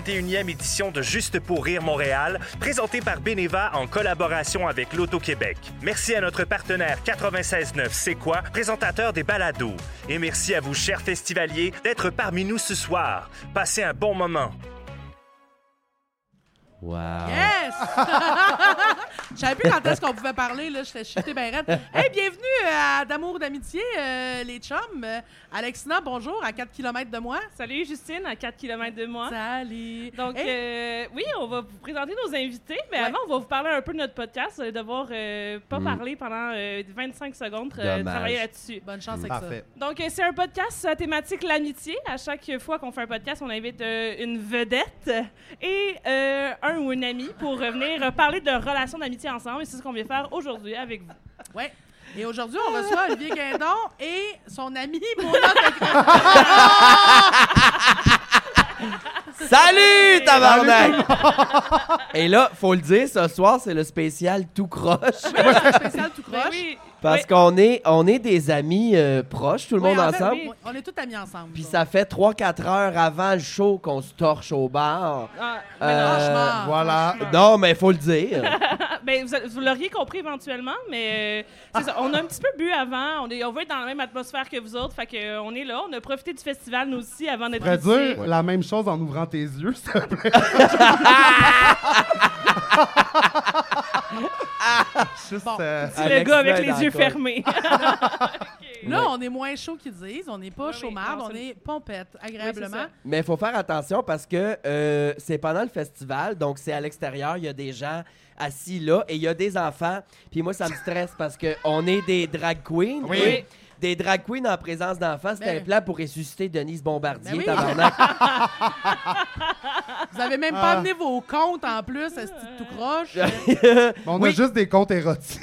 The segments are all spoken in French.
41e édition de Juste pour rire Montréal, présentée par Beneva en collaboration avec l'Auto-Québec. Merci à notre partenaire 96.9 C'est quoi, présentateur des balados. Et merci à vous, chers festivaliers, d'être parmi nous ce soir. Passez un bon moment. Wow. Yes! Je savais plus quand est-ce qu'on pouvait parler, là. J'étais chuté bien raide. Hey, bienvenue à D'amour d'amitié, euh, les chums. Euh, Alexina, bonjour, à 4 km de moi. Salut Justine, à 4 km de moi. Salut! Donc, Hey, euh, oui, on va vous présenter nos invités, mais Ouais. avant, on va vous parler un peu de notre podcast. Vous allez devoir euh, pas parler pendant euh, 25 secondes, euh, Mm. Dommage. travailler là-dessus. bonne chance avec Parfait. Donc, euh, c'est un podcast sur la thématique l'amitié. À chaque fois qu'on fait un podcast, on invite euh, une vedette et euh, un ou une amie pour revenir parler de relations d'amitié ensemble. Et c'est ce qu'on vient faire aujourd'hui avec vous. ça. Ouais. Et aujourd'hui, on reçoit Olivier Guindon et son ami Mona Tec- Salut, tabarnak! Et là, faut le dire, ce soir, c'est le spécial tout croche. spécial tout Ben croche. oui. Parce Oui. qu'on est, on est des amis euh, proches, tout le Oui, monde en fait, ensemble. oui, on est tous amis ensemble. Puis là. ça fait 3-4 heures avant le show qu'on se torche au bar. Ah, Euh, Franchement. Voilà. Non, mais faut le dire. Ben, vous, vous l'auriez compris éventuellement, mais euh, c'est ça, on a un petit peu bu avant. On, est, on veut être dans la même atmosphère que vous autres. Fait que, euh, on est là. On a profité du festival, nous aussi, avant d'être Pourrais ici. dire la même chose en ouvrant tes yeux, s'il te plaît. Juste, Bon. euh, Petit Alex le gars avec Bell les dans yeux le coin. fermés. Là, Ouais. on est moins chaud qu'ils disent, on n'est pas Oui, oui, chômable, non, on c'est est pompette, agréablement. ça. Mais il faut faire attention parce que euh, c'est pendant le festival, donc c'est à l'extérieur, il y a des gens assis là et il y a des enfants. Puis moi, ça me stresse parce qu'on est des drag queens. Oui. et Des drag queens en présence d'enfants, c'était Ben. un plan pour ressusciter Denise Bombardier, Ben oui. tabarnak. Vous avez même pas Ah. amené vos comptes en plus, ce petit tout croche. on Oui. a juste des comptes érotiques.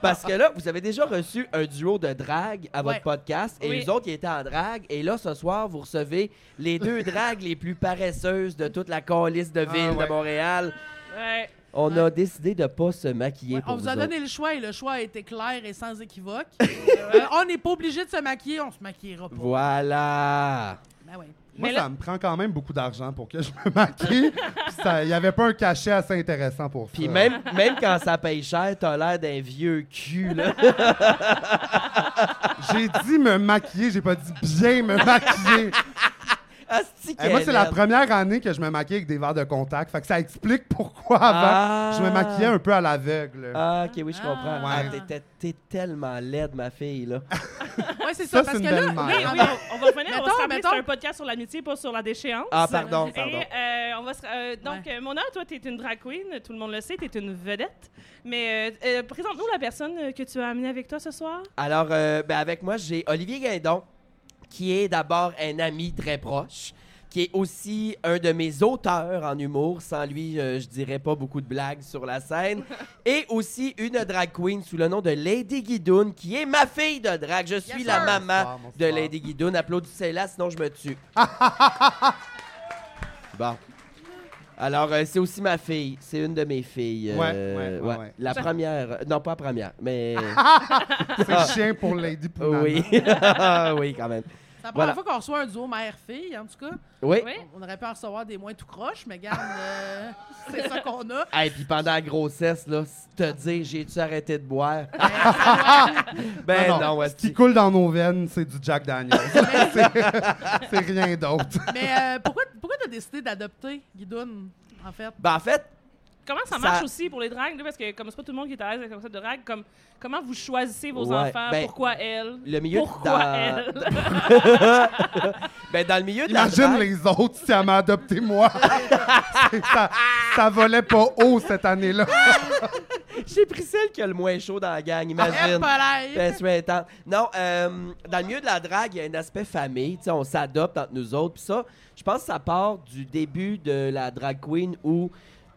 Parce que là, vous avez déjà reçu un duo de drague à votre Ouais. podcast et Oui. les autres qui étaient en drague. Et là, ce soir, vous recevez les deux dragues les plus paresseuses de toute la calice de ville Ah ouais. de Montréal. Ouais. On a décidé de pas se maquiller Ouais, pour on vous a vous donné autres. le choix et le choix a été clair et sans équivoque. Euh, on n'est pas obligé de se maquiller, on se maquillera pas. Voilà. Ben ouais. Moi, Mais là- ça me prend quand même beaucoup d'argent pour que je me maquille. Puis ça- Il n'y avait pas un cachet assez intéressant pour ça. Puis même, même quand ça paye cher, t'as l'air d'un vieux cul, là. J'ai dit me maquiller, j'ai pas dit bien me maquiller. Asti Et Eh, moi, c'est la qu'elle première année que je me maquillais avec des verres de contact. Fait que ça explique pourquoi avant, Ah. je me maquillais un peu à l'aveugle. Ah, ok, oui, je comprends. Ah. Ah, t'étais- T'es tellement laide, ma fille, là. Ouais, c'est ça, Ça, parce c'est que une là, là, belle mère. Oui, on- oui, on, on va revenir. on va Mettons, se rappeler que mettons. c'est un podcast sur l'amitié, pas sur la déchéance. Ah, pardon, Et pardon. euh, on va se, euh, donc, Ouais. euh, Mona, toi, tu es une drag queen, tout le monde le sait, tu es une vedette. Mais euh, euh, présente-nous la personne euh, que tu as amenée avec toi ce soir. Alors, euh, ben, avec moi, j'ai Olivier Guindon, qui est d'abord un ami très proche, qui est aussi un de mes auteurs en humour. Sans lui, euh, je dirais pas beaucoup de blagues sur la scène. Et aussi une drag queen sous le nom de Lady Guidoun, qui est ma fille de drag. Je suis Yes, la sir. maman Bonsoir, bonsoir. de Lady Guidoun. Applaudissez-la, sinon je me tue. bon. Alors, euh, c'est aussi ma fille. C'est une de mes filles. Ouais, euh, ouais, ouais, ouais. La première. euh, Non, pas la première, mais. C'est chien pour Lady Pounana. Oui. oui, quand même. c'est la première Voilà. fois qu'on reçoit un duo mère-fille, en tout cas. Oui. Oui. On aurait pu en recevoir des moins tout croches, mais garde, euh, c'est ça qu'on a. Et puis pendant la grossesse, là, te dire, j'ai-tu arrêté de boire? ben non, Ah Non, non, Ce esti. qui coule dans nos veines, c'est du Jack Daniels. c'est c'est rien d'autre. Mais euh, pourquoi, pourquoi t'as décidé d'adopter Guidoun, en fait? Ben en fait, Comment ça Ça- marche aussi pour les dragues? là, Parce que comme c'est pas tout le monde qui est à l'aise avec le concept de drague, comme, comment vous choisissez vos Ouais, enfants? ben, pourquoi elle? le milieu de- Pourquoi dans- elle? ben dans le milieu de la Imagine drague- les autres si elle m'a adopté moi. C'est- ça, ça volait pas haut cette année-là. J'ai pris celle qui a le moins chaud dans la gang, Eh, imagine. palais! Ben, souhaitante. Non, euh, dans le milieu de la drague, il y a un aspect famille. Tu sais, on s'adopte entre nous autres. Puis ça, je pense que ça part du début de la drag queen où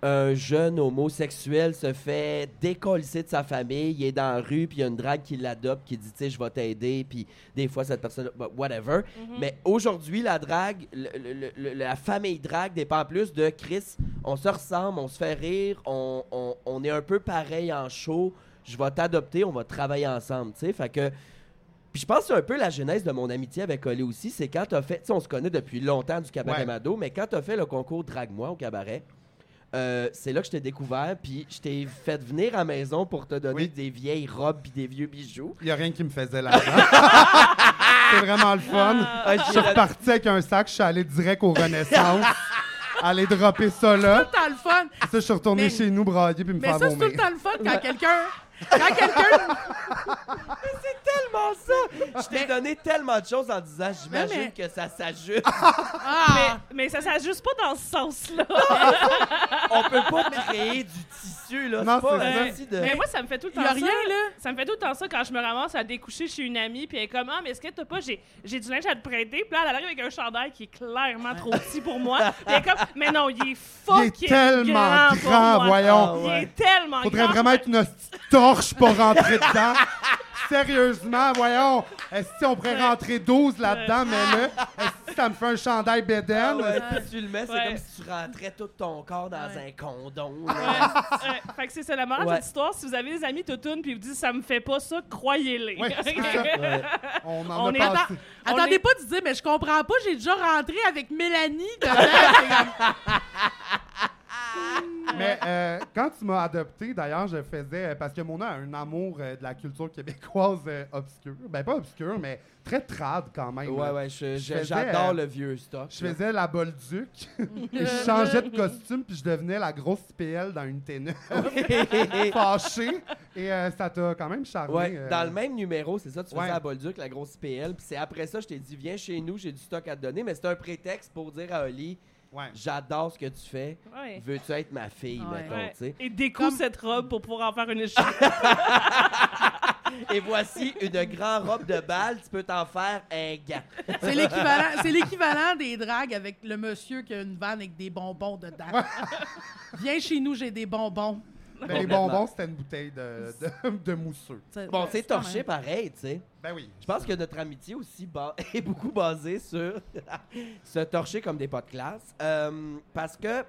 un jeune homosexuel se fait décoller de sa famille. Il est dans la rue, puis il y a une drague qui l'adopte, qui dit, tu sais, je vais t'aider. Puis des fois, cette personne, bah, whatever. Mais aujourd'hui, la drague, le- le- le- la famille drague dépend plus de Chris. On se ressemble, on se fait rire, on, on- on est un peu pareil en show je vais t'adopter, on va travailler ensemble, tu sais. Fait que Puis je pense que c'est un peu la genèse de mon amitié avec Olé aussi. C'est quand t'as fait. Tu sais, on se connaît depuis longtemps du cabaret Ouais. Mado, mais quand t'as fait le concours Drague-moi au cabaret, euh, c'est là que je t'ai découvert, puis je t'ai fait venir à la maison pour te donner Oui. des vieilles robes puis des vieux bijoux. Il n'y a rien qui me faisait l'argent. C'était vraiment le fun. Ah, Je j'ai suis la- reparti avec un sac, je suis allé direct aux Renaissances. aller dropper ça là. tout le temps le fun. Ça, je suis retourné Mais- chez nous brailler puis me Mais faire ça, c'est tout vomir. le temps le fun quand quelqu'un. Quand quelqu'un. tellement ça! Je t'ai donné tellement de choses en disant j'imagine Mais- que ça s'ajuste. Ah! Mais ça s'ajuste pas dans ce sens-là. On peut pas créer du tissu, là. Non, c'est pas c'est un ça. outil de... Mais moi, ça me fait tout le Il temps y a ça. rien, là. Ça me fait tout le temps ça quand je me ramasse à découcher chez une amie, puis elle est comme Ah, mais est-ce que t'as pas, j'ai, j'ai du linge à te prêter, puis là, elle arrive avec un chandail qui est clairement trop petit pour moi. Puis elle est comme Mais non, il est fucking Il est tellement grand, pour grand, moi. voyons. Ah Il ouais. est tellement Faudrait grand. vraiment être une hostie de torche pour rentrer dedans. Sérieusement, voyons. Est-ce qu'on pourrait rentrer 12 là-dedans, mais là, est-ce que ça me fait un chandail Ah bédaine? ouais, puis tu le mets, c'est Ouais. comme si tu rentrais tout ton corps dans un condom. Ouais, Ah là. ouais. Fait que c'est ça la morale Ouais. de cette histoire. Si vous avez des amis toutounes puis ils vous disent ça me fait pas ça, croyez-les. Ouais, c'est ça. Ouais. On en On a est passé. dedans. On Attendez est- pas de dire, mais je comprends pas, j'ai déjà rentré avec Mélanie dedans. C'est comme- Mais euh, quand tu m'as adopté, d'ailleurs, je faisais. euh, Parce que Mona a un amour euh, de la culture québécoise euh, obscure. Ben, pas obscure, mais très trad quand même. Ouais, là. ouais, je- je- faisais, j'adore euh, le vieux stock. Je faisais la Bolduc. je Euh. changeais de costume, puis je devenais la grosse PL dans une ténue. Fâchée. Et euh, ça t'a quand même charmé. Ouais, euh, dans le même numéro, c'est ça, tu ouais. faisais à Bolduc, la grosse PL, puis c'est après ça, je t'ai dit, viens chez nous, j'ai du stock à te donner, mais c'est un prétexte pour dire à Oli, Ouais. j'adore ce que tu fais, Ouais. veux-tu être ma fille, Ouais. mettons, Ouais. tu sais. Et découpe Comme- cette robe pour pouvoir en faire une échelle. Et voici une grande robe de balle, tu peux t'en faire un gars. C'est l'équivalent, c'est l'équivalent des dragues avec le monsieur qui a une vanne avec des bonbons dedans. Viens chez nous, j'ai des bonbons. Ben, les bonbons, c'était une bouteille de, de, de mousseux. C'est- Bon, c'est quand torché même- pareil, tu sais. Ben oui. Je pense que notre amitié aussi ba- est beaucoup basée sur se torcher comme des pas de classe. Euh, parce que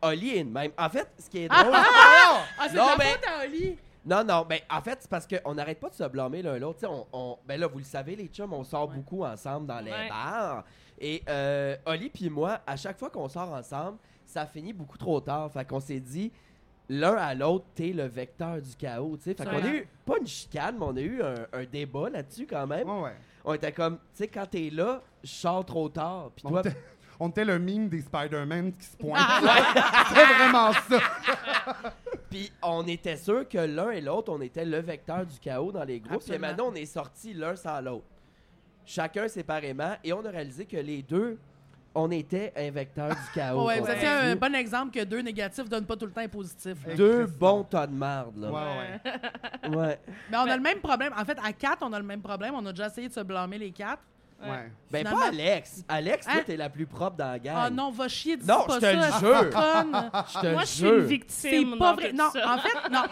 Oli est de même. En fait, ce qui est drôle. Ah, c'est Non, de la mais- faute à Oli. non, non, ben, en fait, c'est parce qu'on n'arrête pas de se blâmer l'un l'autre. Tu sais, On, on- ben là, vous le savez, les chums, on sort beaucoup ensemble dans les Ouais. bars. Et euh, Oli puis moi, à chaque fois qu'on sort ensemble, ça finit beaucoup trop tard. Fait qu'on s'est dit, l'un à l'autre, t'es le vecteur du chaos. tu sais. Fait Ouais. qu'on a eu, pas une chicane, mais on a eu un, un débat là-dessus quand même. Ouais, ouais. On était comme, tu sais, quand t'es là, je sors trop tard. Puis On toi, était, on était le mime des Spider-Man qui se pointent. Ah. c'est vraiment ça. puis on était sûr que l'un et l'autre, on était le vecteur du chaos dans les groupes. Et Absolument. maintenant, on est sortis l'un sans l'autre. Chacun séparément. Et on a réalisé que les deux, on était un vecteur du chaos. Ouais, vous On étiez a un vu bon exemple que deux négatifs donnent pas tout le temps un positif. là. Deux bons tas de marde, là. Ouais, ouais. Ouais. Mais on a le même problème. En fait, à quatre, on a le même problème. On a déjà essayé de se blâmer les quatre. ouais. Ben, Finalement- pas Alex. Alex, toi, Hein? t'es la plus propre dans la gang. Ah non, va chier, dis Non, je pas te ça. le c'est jure. conne. je te le moi, je suis une jure. C'est victime. pas dans vrai. tout Non, ça. en fait, non.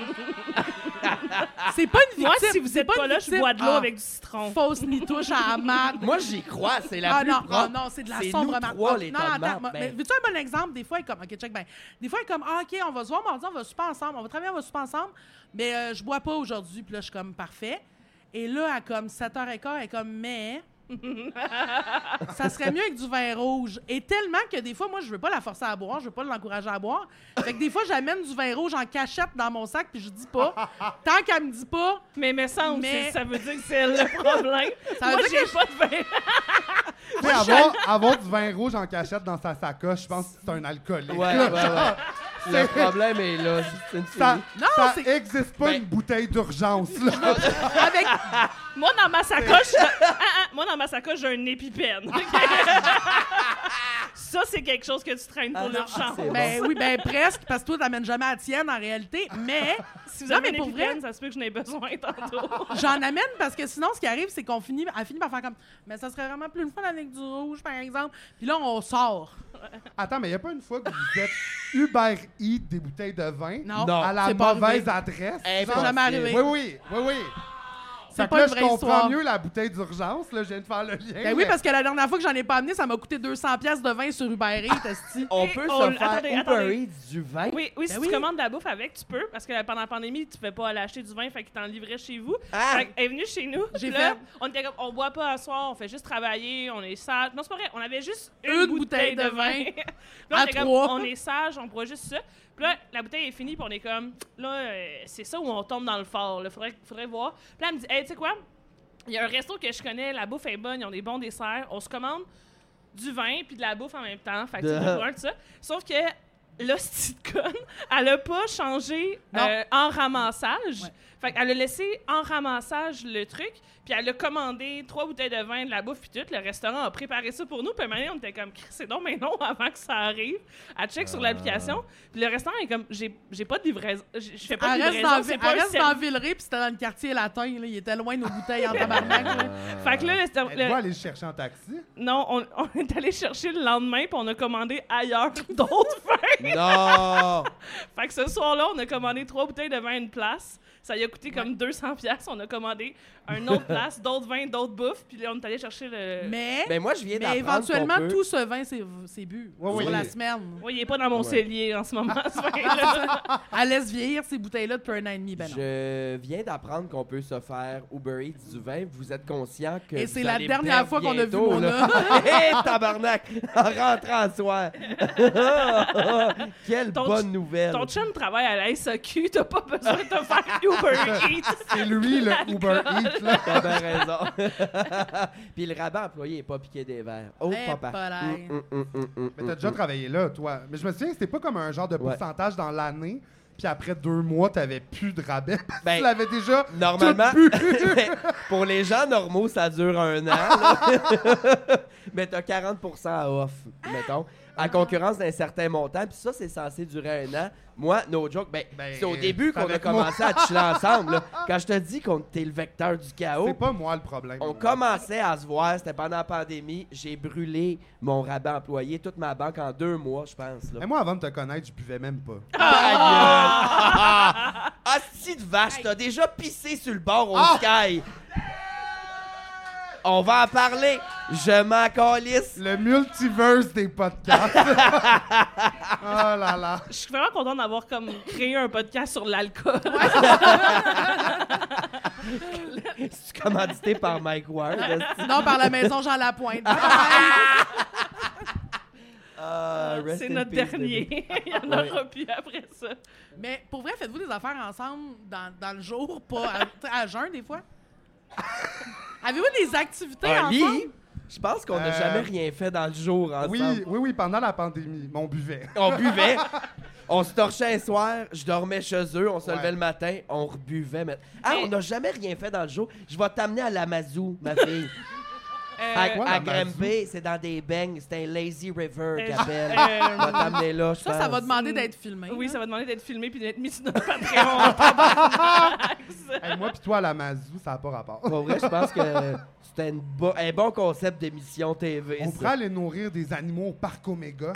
C'est pas une victime. Moi, si vous c'est êtes pas, une là, je victime. bois de l'eau Ah, avec du citron. Fausse nitouche à la marde. Moi, j'y crois. C'est la Ah plus non, propre. ah non, c'est de la sombre nous marde. trois, Ah, les non, tas de attends, marde. moi- mais Ben, veux-tu un bon exemple? Des fois, elle est comme, OK, check bien. Des fois, elle est comme, ah, OK, on va se voir mardi, on va super ensemble, on va travailler, on va super ensemble, mais euh, je bois pas aujourd'hui, puis là, je suis comme, parfait. Et là, à comme 7h15, elle est comme, mais. ça serait mieux avec du vin rouge. Et tellement que des fois, moi, je veux pas la forcer à boire, je veux pas l'encourager à boire. Fait que des fois, j'amène du vin rouge en cachette dans mon sac, puis je dis pas. Tant qu'elle me dit pas, Mais me semble Mais- que ça veut dire que c'est elle le problème. Ça veut Moi, dire j'ai que pas de vin. Tu sais, avoir, avoir du vin rouge en cachette dans sa sacoche, je pense que c'est un alcoolique. Ben, Ouais, ouais, ouais. Le problème est là. C'est une Ça folie. Non, ça c'est- existe pas Ben- une bouteille d'urgence. là. avec Moi, dans ma sacoche, ah, ah, moi, dans ma sacoche, j'ai un épipène. OK? ça, c'est quelque chose que tu traînes pour Ah, non, l'urgence. c'est bon. Ben oui, ben presque, parce que toi, t'amènes jamais à la tienne en réalité, mais Si vous Non, avez mais une pour vrai- épipène, ça se peut que j'en ai besoin tantôt. j'en amène parce que sinon, ce qui arrive, c'est qu'on finit, elle finit par faire comme, mais ça serait vraiment plus le fun avec du rouge, par exemple. Puis là, on sort. Attends, mais il a pas une fois que vous êtes Uber Eats des bouteilles de vin Non, à la c'est pas mauvaise arrivé. adresse? Eh, genre? pas jamais arrivé. Oui, oui, oui, oui. Ça C'est Fait que pas là, une je vraie comprends histoire. mieux la bouteille d'urgence. Là, je viens de faire le lien. Ben oui, mais- parce que la dernière fois que j'en ai pas amené, ça m'a coûté 200$ piastres de vin sur Uber Eats, Ah! esti. Oh, On Et peut on- se faire attendez, Uber attendez. Eats du vin. Oui, oui, si Ben tu oui. commandes de la bouffe avec, tu peux, parce que pendant la pandémie, tu pouvais pas aller acheter du vin, fait qu'ils t'en livraient chez vous. Ah! Fait qu'elle est venue chez nous. J'ai J'ai là, fait- on était comme, on boit pas à soir, on fait juste travailler, on est sage. Non, c'est pas vrai, on avait juste une, Une bouteille de vin. Puis À là, on était comme, trois. on est sage, on boit juste ça. Puis là, la bouteille est finie, puis on est comme, là, euh, c'est ça où on tombe dans le fort, là, faudrait, faudrait voir. Puis là, elle me dit, hey, tu sais quoi? Il y a un resto que je connais, la bouffe est bonne, ils ont des bons desserts, on se commande du vin puis de la bouffe en même temps. Fait que c'est Duh. pour un, tout ça. Sauf que l'hostie de conne, elle a pas changé Non. euh, en ramassage. Ouais. Fait qu'elle a laissé en ramassage le truc, puis elle a commandé trois bouteilles de vin, de la bouffe puis tout. Le restaurant a préparé ça pour nous. Puis à un moment donné, on était comme, Christ, c'est non, mais non, avant que ça arrive. Elle check sur l'application. Puis le restaurant est comme, j'ai j'ai pas de livraison. Je je fais pas Elle de reste dans, livraison. c'est pas un elle reste service. dans Villeray, puis c'était dans le quartier latin, là. Il était loin, nos bouteilles en tabarnak, là. Euh, Fait que là, le resta- Elle le- doit aller le chercher en taxi. non, on, on est allé chercher le lendemain, puis on a commandé ailleurs d'autres vins. Non! Fait que ce soir-là, on a commandé trois bouteilles de vin à une place. Ça lui a coûté comme 200 pièces. On a commandé un autre place, d'autres vins, d'autres bouffes. Puis là, on est allé chercher le... Mais, Ben moi, je viens mais d'apprendre éventuellement, qu'on peut- tout ce vin, c'est c'est bu Ouais, sur oui. la semaine. Oui, il est pas dans mon Ouais. cellier en ce moment, ce vin-là. Elle laisse vieillir ces bouteilles-là depuis un an et demi, ben non. Je viens d'apprendre qu'on peut se faire Uber Eats du vin. Vous êtes conscient que. Et vous c'est la allez dernière perdre fois qu'on a vu bientôt, mon là. Hé, tabarnak! En rentrant à soir. Quelle Ton bonne ch- nouvelle. Ton chum travaille à la SAQ, t'as pas besoin de te faire Uber Eats. C'est lui, le Uber Eats. Là. T'as bien raison. Puis le rabat employé est pas piqué des verres. Oh, Ben, Eh, papa. pas l'air. Hum, hum, hum, hum, Mais t'as déjà travaillé là, toi. Mais je me souviens, c'était pas comme un genre de Ouais. pourcentage dans l'année. Puis après deux mois, t'avais plus de rabais. parce que Ben, tu l'avais déjà. Normalement, tout bu. pour les gens normaux, ça dure un an. là. Mais t'as 40 à off, mettons, à Ah. concurrence d'un certain montant. Puis ça, c'est censé durer un an. Moi, no joke, ben, Ben, c'est au début qu'on a avec moi. commencé à chiller ensemble. là. Quand je te dis qu'on était le vecteur du chaos, C'est pas moi le problème. Oh. on commençait à se voir. C'était pendant la pandémie. J'ai brûlé mon rabat employé, toute ma banque en deux mois, je pense. Là. Mais moi, avant de te connaître, je buvais même pas. Ah, ah, si de vache, t'as déjà pissé sur le bord au Ah! sky. On va en parler. Je m'en calisse. Le multiverse des podcasts. oh là là. Je suis vraiment contente d'avoir comme créé un podcast sur l'alcool. C'est commandité par Mike Ward. Ah! esti. Non, par la maison Jean Lapointe. Ah, rest c'est in notre peace, Debbie. dernier. Il y en Ouais. aura plus après ça. Mais pour vrai, faites-vous des affaires ensemble dans, dans le jour, pas à, t'sais, à jeun des fois? Avez-vous des activités Un lit? ensemble? Je pense qu'on n'a Euh, jamais rien fait dans le jour ensemble. Oui, oui, oui, pendant la pandémie, mais on buvait. On buvait. On se torchait un soir, je dormais chez eux, on se Ouais. levait le matin, on rebuvait. mais- Ah, Mais- on n'a jamais rien fait dans le jour. Je vais t'amener à la Mazou, ma fille. Euh, À, quoi, à la Mazou? grimper, c'est dans des bangs, c'est un lazy river Euh, qu'elle appelle. euh, On va t'amener là, je Ça, ça pense. va demander d'être filmé. oui, là. ça va demander d'être filmé puis d'être mis sur notre Patreon. Hey, moi puis toi à la Mazou, ça n'a pas rapport. Pour vrai, je pense que c'est un, bo- un bon concept d'émission TV. On ça. pourrait aller nourrir des animaux au parc Oméga.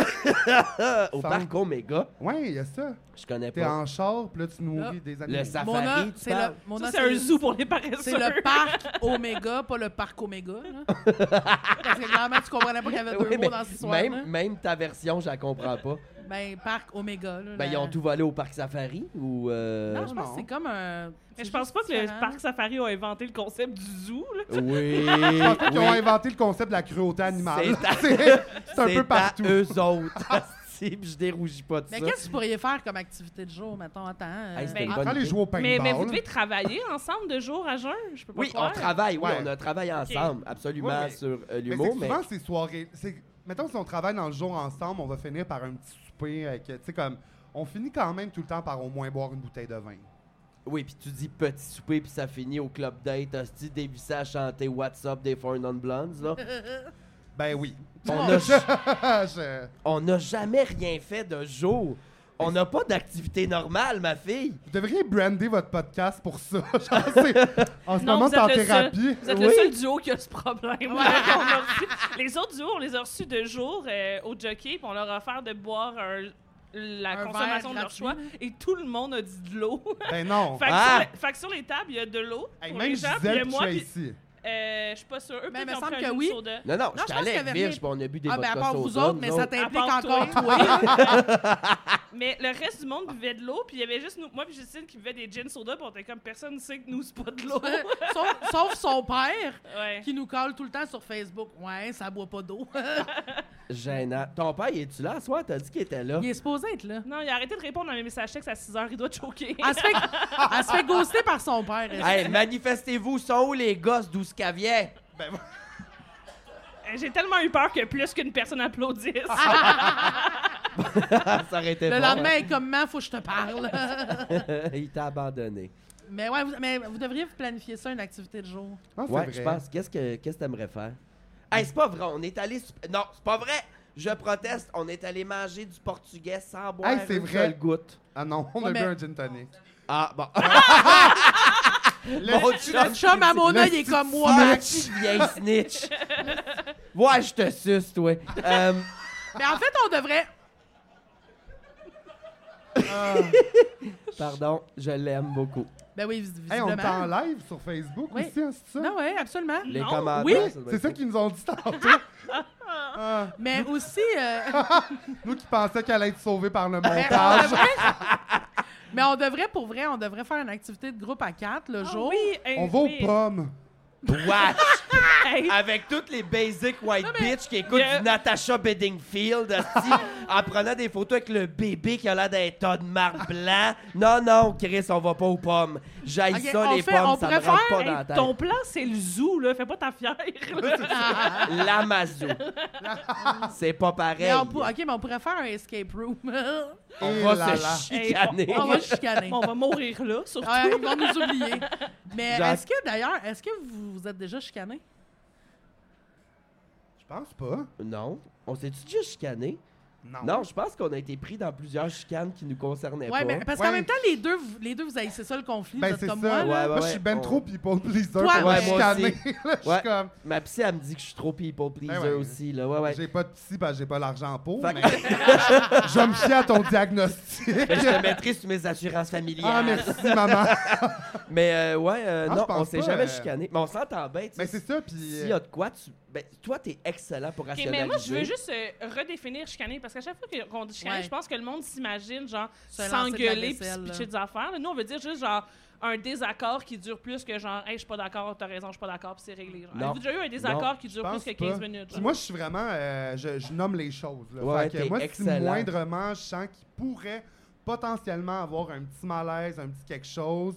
Ah, au Semble. parc Oméga, ouais, il y a ça. je connais T'es pas. en char, puis là, tu nourris Là. des animaux. Le Mona, safari, tu c'est le- parles? Mona, Ça, c'est un zoo pour les paresseux. C'est le parc Oméga, pas le parc Oméga. là. Parce que clairement, tu comprenais pas qu'il y avait deux Oui, mots mais dans ce soir. même, même ta version, je la comprends pas. Ben, parc Oméga. là, Ben, la- ils ont tout volé au parc safari ou. euh, Non, je pense Non. que c'est comme un. Mais c'est je pense juste pas que le différent. parc safari a inventé le concept du zoo. Là. Oui. Je pense pas qu'ils ont oui. inventé le concept de la cruauté animale. C'est à- C'est c'est un C'est peu partout. à eux autres. Si, puis je dérougis pas de Mais ça. qu'est-ce que vous pourriez faire comme activité de jour, mettons? Attends. euh, Hey, c'était Ben, une bonne Allez idée. jouer au paintball. Mais, mais vous devez travailler ensemble de jour à jeun. Je peux pas Oui, on croire. travaille, oui, Ouais. on a travaillé ensemble, absolument, Ouais, mais- sur euh, Mais l'humour, c'est que mais... souvent, ces soirées... c'est- Mettons, si on travaille dans le jour ensemble, on va finir par un petit souper avec... Tu sais, comme... On finit quand même tout le temps par au moins boire une bouteille de vin. Oui, puis tu dis petit souper, puis ça finit au club date, hostie, dévissé à chanter What's Up des Four Non Blondes, là. Ben oui. Ah, On a, Je- on n'a jamais rien fait de jour. On n'a pas d'activité normale, ma fille. Vous devriez brander votre podcast pour ça. Genre, c'est- en ce Non, moment, vous t'es en êtes, le seul, thérapie. vous êtes Oui. le seul duo qui a ce problème. On a reçu- les autres duos, on les a reçus de jour euh, au jockey, puis on leur a offert de boire un, la Un consommation de verre leur gratuit, choix. Et tout le monde a dit de l'eau. Ben non. fait, que Ah! sur les- fait que sur les tables, il y a de l'eau. Hey, pour même les gens, puis il y a Gisèle, moi, tu es puis- ici. euh, je suis pas sûre. Mais Eux, peut-être Ben, me qu'ils ont semble pris un que jus de oui. soda. Non, non, je j'étais pense allé qu'il avec y avait Virge, rien. puis on a bu des Ah, ben, à vodka part vous soda, autres, nous mais autres. ça t'implique À part encore toi. toi. Mais le reste du monde buvait de l'eau, puis il y avait juste nous, moi puis Justine qui buvait des gin soda, puis on était comme personne ne sait que nous c'est pas de l'eau. sauf, sauf son père, ouais. qui nous colle tout le temps sur Facebook. Ouais, ça boit pas d'eau. Gênant. Ton père, il est-tu là? Soit t'as dit qu'il était là. Il est supposé être là. Non, il a arrêté de répondre à mes messages textes à 6 heures, il doit te choquer. Elle se fait, elle se fait ghoster par son père. elle. Hey, manifestez-vous, sont où les gosses d'où ce vient? Ben, J'ai tellement eu peur que plus qu'une personne applaudisse. ça aurait été le bon, lendemain, elle est comme Man, faut que je te parle. hein. il t'a abandonné. mais ouais, vous, mais vous devriez vous planifier ça, une activité de jour. non, c'est Ouais, vrai. je pense. Qu'est-ce que qu'est-ce que t'aimerais faire? Hey, c'est pas vrai, on est allé. sup- Non, c'est pas vrai! Je proteste, on est allé manger du portugais sans boire Hey, c'est une vrai. seule goutte. Ah non, on a Ouais, bu mais- un gin tonic. Ah, bon. Le- Mon Le chum à mon œil est comme moi. Snitch, vieille Ah, snitch. ouais, je te suce, toi. Euh, Mais en fait, on devrait. pardon, je l'aime beaucoup. Ben oui, vis- Hey, on est en visiblement. live sur Facebook Oui. aussi, hein, c'est ça? non, ouais, absolument. Les Non, commentaires. oui, doit C'est être ça cool. qu'ils nous ont dit tantôt. Ah, Mais aussi. euh, nous qui pensions qu'elle allait être sauvée par le mais, on montage. devrait... mais on devrait, pour vrai, on devrait faire une activité de groupe à quatre le Ah jour. oui, hey, On va aux oui. pommes. Watch! Hey, Avec toutes les basic white bitch qui écoutent Yeah. du Natasha Bedingfield hostie, en prenant des photos avec le bébé qui a l'air d'un tas de marbre blanc. Non, non, Chris, on va pas aux pommes. J'aille Ok, ça, on les fait- pommes, on ça me pourrait rentre faire pas hey, dans la tête. ton plan, c'est le zoo, là. Fais pas ta fière. là. L'Amazou. C'est pas pareil. Mais on pour- Ok, Oh mais on pourrait faire un escape room. On Eh va là se là. chicaner. Hey, on va chicaner. on va mourir là, surtout. Ouais, Ah, ils vont nous oublier. Mais Jacques. est-ce que d'ailleurs, est-ce que vous vous êtes déjà chicané? Je pense pas. Ben, Non. On s'est-tu déjà chicané? Non. Non, je pense qu'on a été pris dans plusieurs chicanes qui nous concernaient Ouais, pas. mais parce Ouais. qu'en même temps, les deux, vous- les deux, vous haïssez ça le conflit, Ben, vous c'est êtes ça. comme moi. Ouais, là. ouais, moi, je suis ben on- trop people pleaser Toi, pour ouais, me moi aussi. chicaner. Là, Je Ouais. suis comme... Ma psy, elle me dit que je suis trop people pleaser Ben ouais. aussi. Là. Ouais, ouais. J'ai pas de psy parce que j'ai pas l'argent pour, Fait mais que- je vais me chier à ton diagnostic. Mais je te mettrai sur mes assurances familiales. ah, merci, maman. Mais euh, ouais, euh, Ah, je non, pense on s'est pas, jamais euh, chicané. Mais on s'entend bien, tu Mais sais. c'est ça, puis... euh, S'il y a de quoi, tu... ben, toi, t'es excellent pour Ok, rationaliser. mais moi, je veux juste euh, redéfinir chicaner parce qu'à chaque fois que- qu'on dit chicaner, Ouais. je pense que le monde s'imagine, genre, Se lancer de la s'engueuler puis se vaisselle, là. pitcher des affaires. là. Nous, on veut dire juste, genre, un désaccord qui dure plus que, genre, hey, je suis pas d'accord, t'as raison, je suis pas d'accord, puis c'est réglé. genre. Non. Avez-vous déjà eu un désaccord qui Je dure plus pense que pas. 15 minutes? Puis genre? moi, je suis vraiment. euh, je, je nomme les choses. là. Ouais, Fait que t'es moi, excellent. si moindrement, je sens qu'il pourrait potentiellement avoir un petit malaise, un petit quelque chose,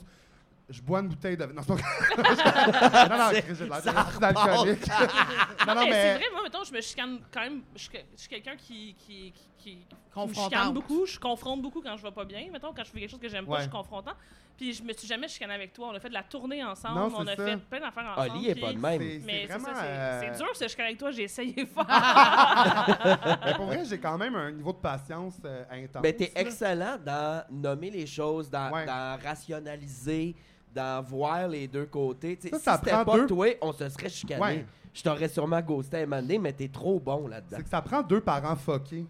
je bois une bouteille de. Non, c'est pas vrai. non, non, Chris, j'ai de la- j'ai de l'alcoolique. non, non, Mais c'est mais. vrai, moi, mettons, je me chicane quand même. Je, suis que- je suis quelqu'un qui, qui, qui, qui- qui me Confrontante. chicane beaucoup. Je confronte beaucoup quand je vais pas bien. Mettons, quand je fais quelque chose que j'aime pas, Ouais. je suis confrontant. Puis je me suis jamais chicanée avec toi. On a fait de la tournée ensemble. Non, on c'est a ça. Ah, fait plein d'affaires ensemble. Oli est pas puis- de même. C'est c'est Mais c'est vraiment. ça, c'est- euh, c'est dur, hein. ce chicaner avec toi. J'ai essayé fort. mais pour vrai, j'ai quand même un niveau de patience euh, intense. Mais Ben, t'es là. excellent dans nommer les choses, dans, Ouais. dans rationaliser, dans voir les deux côtés. Tu sais, Ça, si ça c'était prend pas deux- toi, on se serait chicané. Ouais. Je t'aurais sûrement ghosté à un moment donné, mais t'es trop bon là-dedans. C'est que ça prend deux parents fuckés.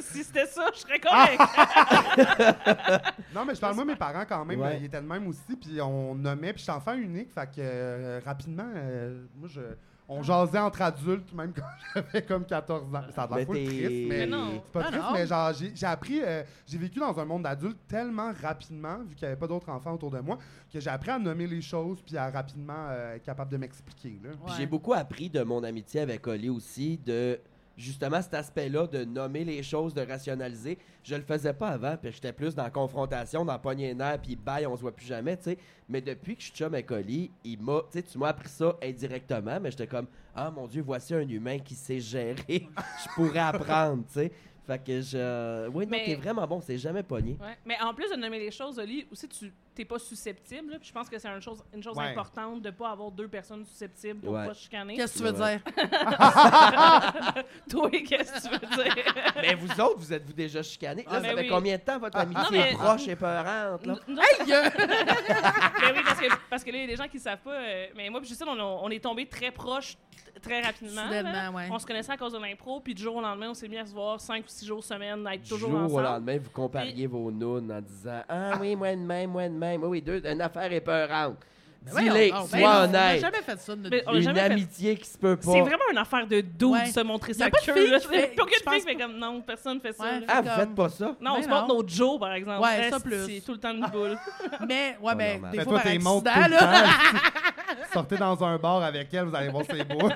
si c'était ça, je serais correct. Ah! Non, mais je parle, moi, mes parents, quand même, Ouais. euh, ils étaient de même aussi, puis on nommait, puis je suis enfant unique, fait que euh, rapidement, euh, moi, je, Ah. on jasait entre adultes, même quand j'avais comme 14 ans. Ça a Mais l'air full t'es- triste, mais... Mais non. C'est pas Non, triste, non. mais genre, j'ai, j'ai appris, euh, j'ai vécu dans un monde d'adultes tellement rapidement, vu qu'il n'y avait pas d'autres enfants autour de moi, que j'ai appris à nommer les choses, puis à rapidement euh, être capable de m'expliquer, là. Puis Ouais. j'ai beaucoup appris de mon amitié avec Oli aussi, de justement cet aspect-là de nommer les choses, de rationaliser. Je le faisais pas avant, puis j'étais plus dans la confrontation, dans pogner nerf, puis bye, on se voit plus jamais, tu sais. Mais depuis que je suis chum avec Oli, il m'a, tu sais, tu m'as appris ça indirectement, mais j'étais comme, ah mon Dieu, voici un humain qui sait gérer, je pourrais apprendre, tu sais. Fait que je. Oui, non, Mais- t'es vraiment bon, c'est jamais pogné. Ouais. Mais en plus de nommer les choses, Oli, aussi, tu t'es pas susceptible. là. Puis je pense que c'est une chose, une chose Ouais. importante de pas avoir deux personnes susceptibles pour Ouais. pas se chicaner. Qu'est-ce que tu veux Ouais. dire? Toi, qu'est-ce que tu veux dire? Mais vous autres, vous êtes-vous déjà chicanés? Là, Ah, ça ben fait oui. combien de temps votre amitié non, mais- est proche et peurante? Là? Nous- nous autres, Ben oui, parce que, parce que là, il y a des gens qui savent pas. euh, mais moi, puis Justine, on, a- on est tombés très proches t- très rapidement. là. Soudainement, ouais. On se connaissait à cause de l'impro, puis du jour au lendemain, on s'est mis à se voir 5 ou 6 jours semaine, à être Du toujours jour au ensemble. lendemain, vous compariez vos nounes en disant Ah oui, moi de même, moi de même. Oui, oui, deux, une affaire est peurante. Dis-les, Voyons donc, sois ben non, On n'a honnête. jamais fait ça de notre Mais vie. on l'a Une jamais fait. amitié qui se peut pas. C'est vraiment une affaire de doux Ouais. de se montrer Y a sa pas de queue. fille là. qui fait- Puis aucune je pense fille fait pas. comme non, personne fait ça. Ouais. là. Ah, vous comme- faites pas ça? Non, on Mais se montre non. nos Joe, par exemple. Ouais, Eh, ça c'est- plus. Ah. Ben, C'est tout le temps une boule. Mais, ouais, mais normal. des Oh, Mais ben, fois, toi, par t'es monte tout accident, le là. temps. Sortez dans un bar avec elle, vous allez voir ses beaux.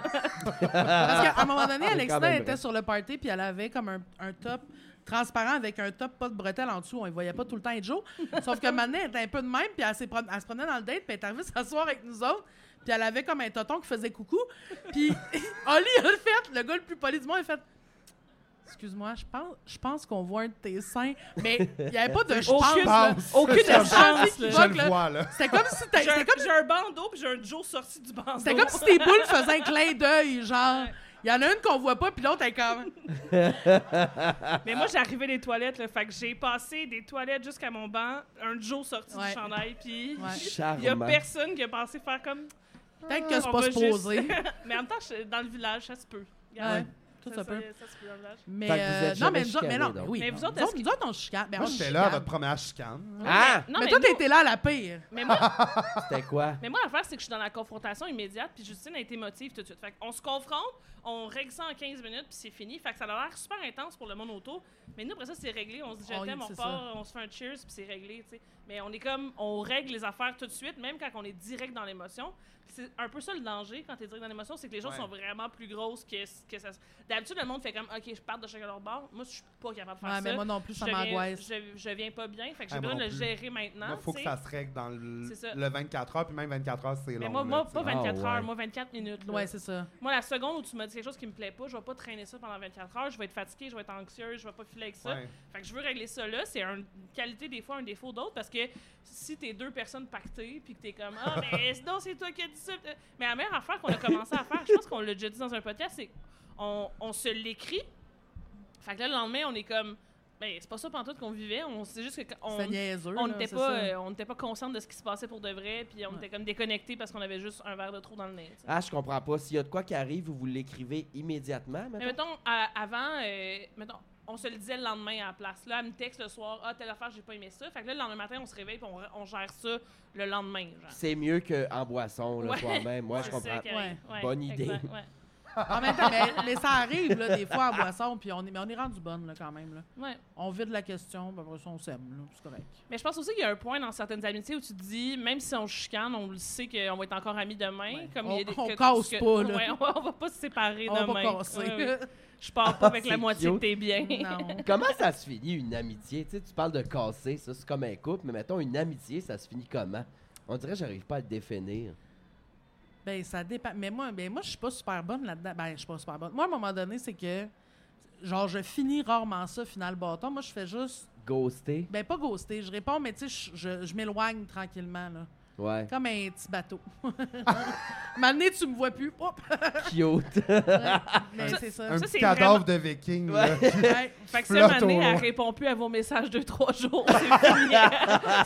Parce qu'à un moment donné, C'est Ah. quand Alexandra même était vrai. sur le party, puis elle avait comme un, un top transparent avec un top pas de bretelles en dessous. On ne voyait pas tout le temps et Joe. Sauf que maintenant, elle était un peu de même, puis elle, s'est prom- elle se promenait dans le date, puis elle est arrivée s'asseoir avec nous autres. Puis elle avait comme un tonton qui faisait coucou. Puis Oli a fait, le gars le plus poli du monde, il a fait Excuse-moi, je pense, je pense qu'on voit un de tes seins. Mais il n'y avait pas de je pense. Aucune, là. pense. aucune J'ai un chance. senti- là. Je Fuck, le là. vois, là. C'était comme si t'as- J'ai c'était un, comme j'ai un bandeau, puis j'ai un Joe sorti du bandeau. C'était comme si tes boules faisaient un clin d'œil, genre. Il y en a une qu'on voit pas, puis l'autre, elle est comme. Mais moi, j'arrivais des toilettes, là, fait que j'ai passé des toilettes jusqu'à mon banc, un Joe sorti Ouais. du chandail, puis Ouais. il y a Charmant. personne qui a pensé faire comme... Peut-être que c'est On pas va se juste- poser. Mais en même temps, je- dans le village, ça se peut. Ouais. Regarde, Tout ça peut. Ça, se peut dans le village. Mais, Fait que vous euh, êtes non, jamais mais, nous autres- mais chicanés, non, donc. oui. Mais vous nous autres, est-ce autres, que- nous autres, on se chicane. Ben, Moi, on se j'étais là à chicane. votre première chicane. Ah! Non, mais, mais, toi, nous- t'étais là à la pire. mais moi, C'était quoi? mais moi, l'affaire, c'est que je suis dans la confrontation immédiate, puis Justine a été motive tout de suite. Fait qu'on se confronte, on règle ça en 15 minutes, puis c'est fini. Fait que ça a l'air super intense pour le monde autour. Mais nous, après ça, c'est réglé. On se dit, je Oh, t'aime, on c'est part, on se fait un cheers, puis c'est réglé, tu sais. Mais on est comme, on règle les affaires tout de suite, même quand on est direct dans l'émotion. C'est un peu ça le danger quand t'es direct dans l'émotion, c'est que les choses Ouais. sont vraiment plus grosses que, ce- que ça. se- D'habitude, le monde fait comme, OK, je pars de chacun leur bord. Moi, je suis pas capable de faire Ouais, ça. mais moi non plus, Je ça viens- m'angoisse. Je, je viens pas bien, fait que j'ai Ah, moi besoin de non le plus. gérer maintenant. Il faut que tu ça sais. se règle dans le, C'est ça. le 24 heures, puis même 24 heures, c'est long. Mais moi, là, moi tu pas sais. 24 Ah, ouais. heures, moi 24 minutes. là. Ouais, c'est ça. moi, la seconde où tu m'as dit quelque chose qui me plaît pas, je vais pas traîner ça pendant 24 heures, je vais être fatiguée, je vais être anxieuse, je vais pas filer avec ça. Ouais. Fait que je veux régler ça là, c'est un- une qualité des fois, un défaut d'autre, parce que si t'es deux personnes pactées, puis que t'es comme « Ah, mais sinon, c'est toi qui as dit ça! » Mais la meilleure affaire qu'on a commencé à faire, je pense qu'on l'a déjà dit dans un podcast, c'est on, on se l'écrit, fait que là, le lendemain, on est comme « Ben, c'est pas ça pantoute qu'on vivait, on c'est juste que... » on- C'était niaiseux. on là, n'était c'est pas, ça. euh, on n'était pas consciente de ce qui se passait pour de vrai, puis on était comme déconnecté parce qu'on avait juste un verre de trop dans le nez. tu sais. Ah, je comprends pas. S'il y a de quoi qui arrive, vous vous l'écrivez immédiatement, Mais maintenant? mettons, à- avant, euh, mettons, on se le disait le lendemain à la place. Là, elle me texte le soir, ah, telle affaire, j'ai pas aimé ça. Fait que là, le lendemain matin, on se réveille, puis on, re- on gère ça le lendemain. Genre. C'est mieux qu'en boisson, là, Ouais. toi-même. Moi, je C'est ça comprends. qui arrive. Ouais. Ouais, Bonne idée. exact, ouais. En même temps, mais, mais ça arrive, là, des fois, en boisson, puis on est, mais on est rendu bonne, là, quand même. Là. Ouais. On vide la question, puis après ça, on s'aime, là. C'est correct. Mais je pense aussi qu'il y a un point dans certaines amitiés où tu te dis, même si on se chicane, on le sait qu'on va être encore amis demain. Ouais. Comme On- il y a des, on que- casse que- pas, là. ouais, on, va- on va pas se séparer on va demain. pas casser. Ouais, ouais. Je pars pas avec C'est la moitié de cute. tes biens. non. Comment ça se finit une amitié? Tu, sais, tu parles de casser, ça c'est comme un couple, mais mettons une amitié, ça se finit comment? On dirait que j'arrive pas à le définir. Ben, ça dépend. Mais moi, ben, moi je suis pas super bonne là-dedans. Ben, je suis pas super bonne. Moi, à un moment donné, c'est que, genre, je finis rarement ça, final bâton. Moi, je fais juste, Ghoster? ben, pas ghoster. Je réponds, mais tu sais, je, je- je m'éloigne tranquillement, là. Ouais. Comme un petit bateau. Maintenant, tu me vois plus. Hop! Cute. Mais c'est ça. Un Ça, petit c'est cadavre vraiment- de viking. là. Ouais. Fait que Flotte cette année, au elle loin. répond plus à vos messages de trois jours. C'est fini.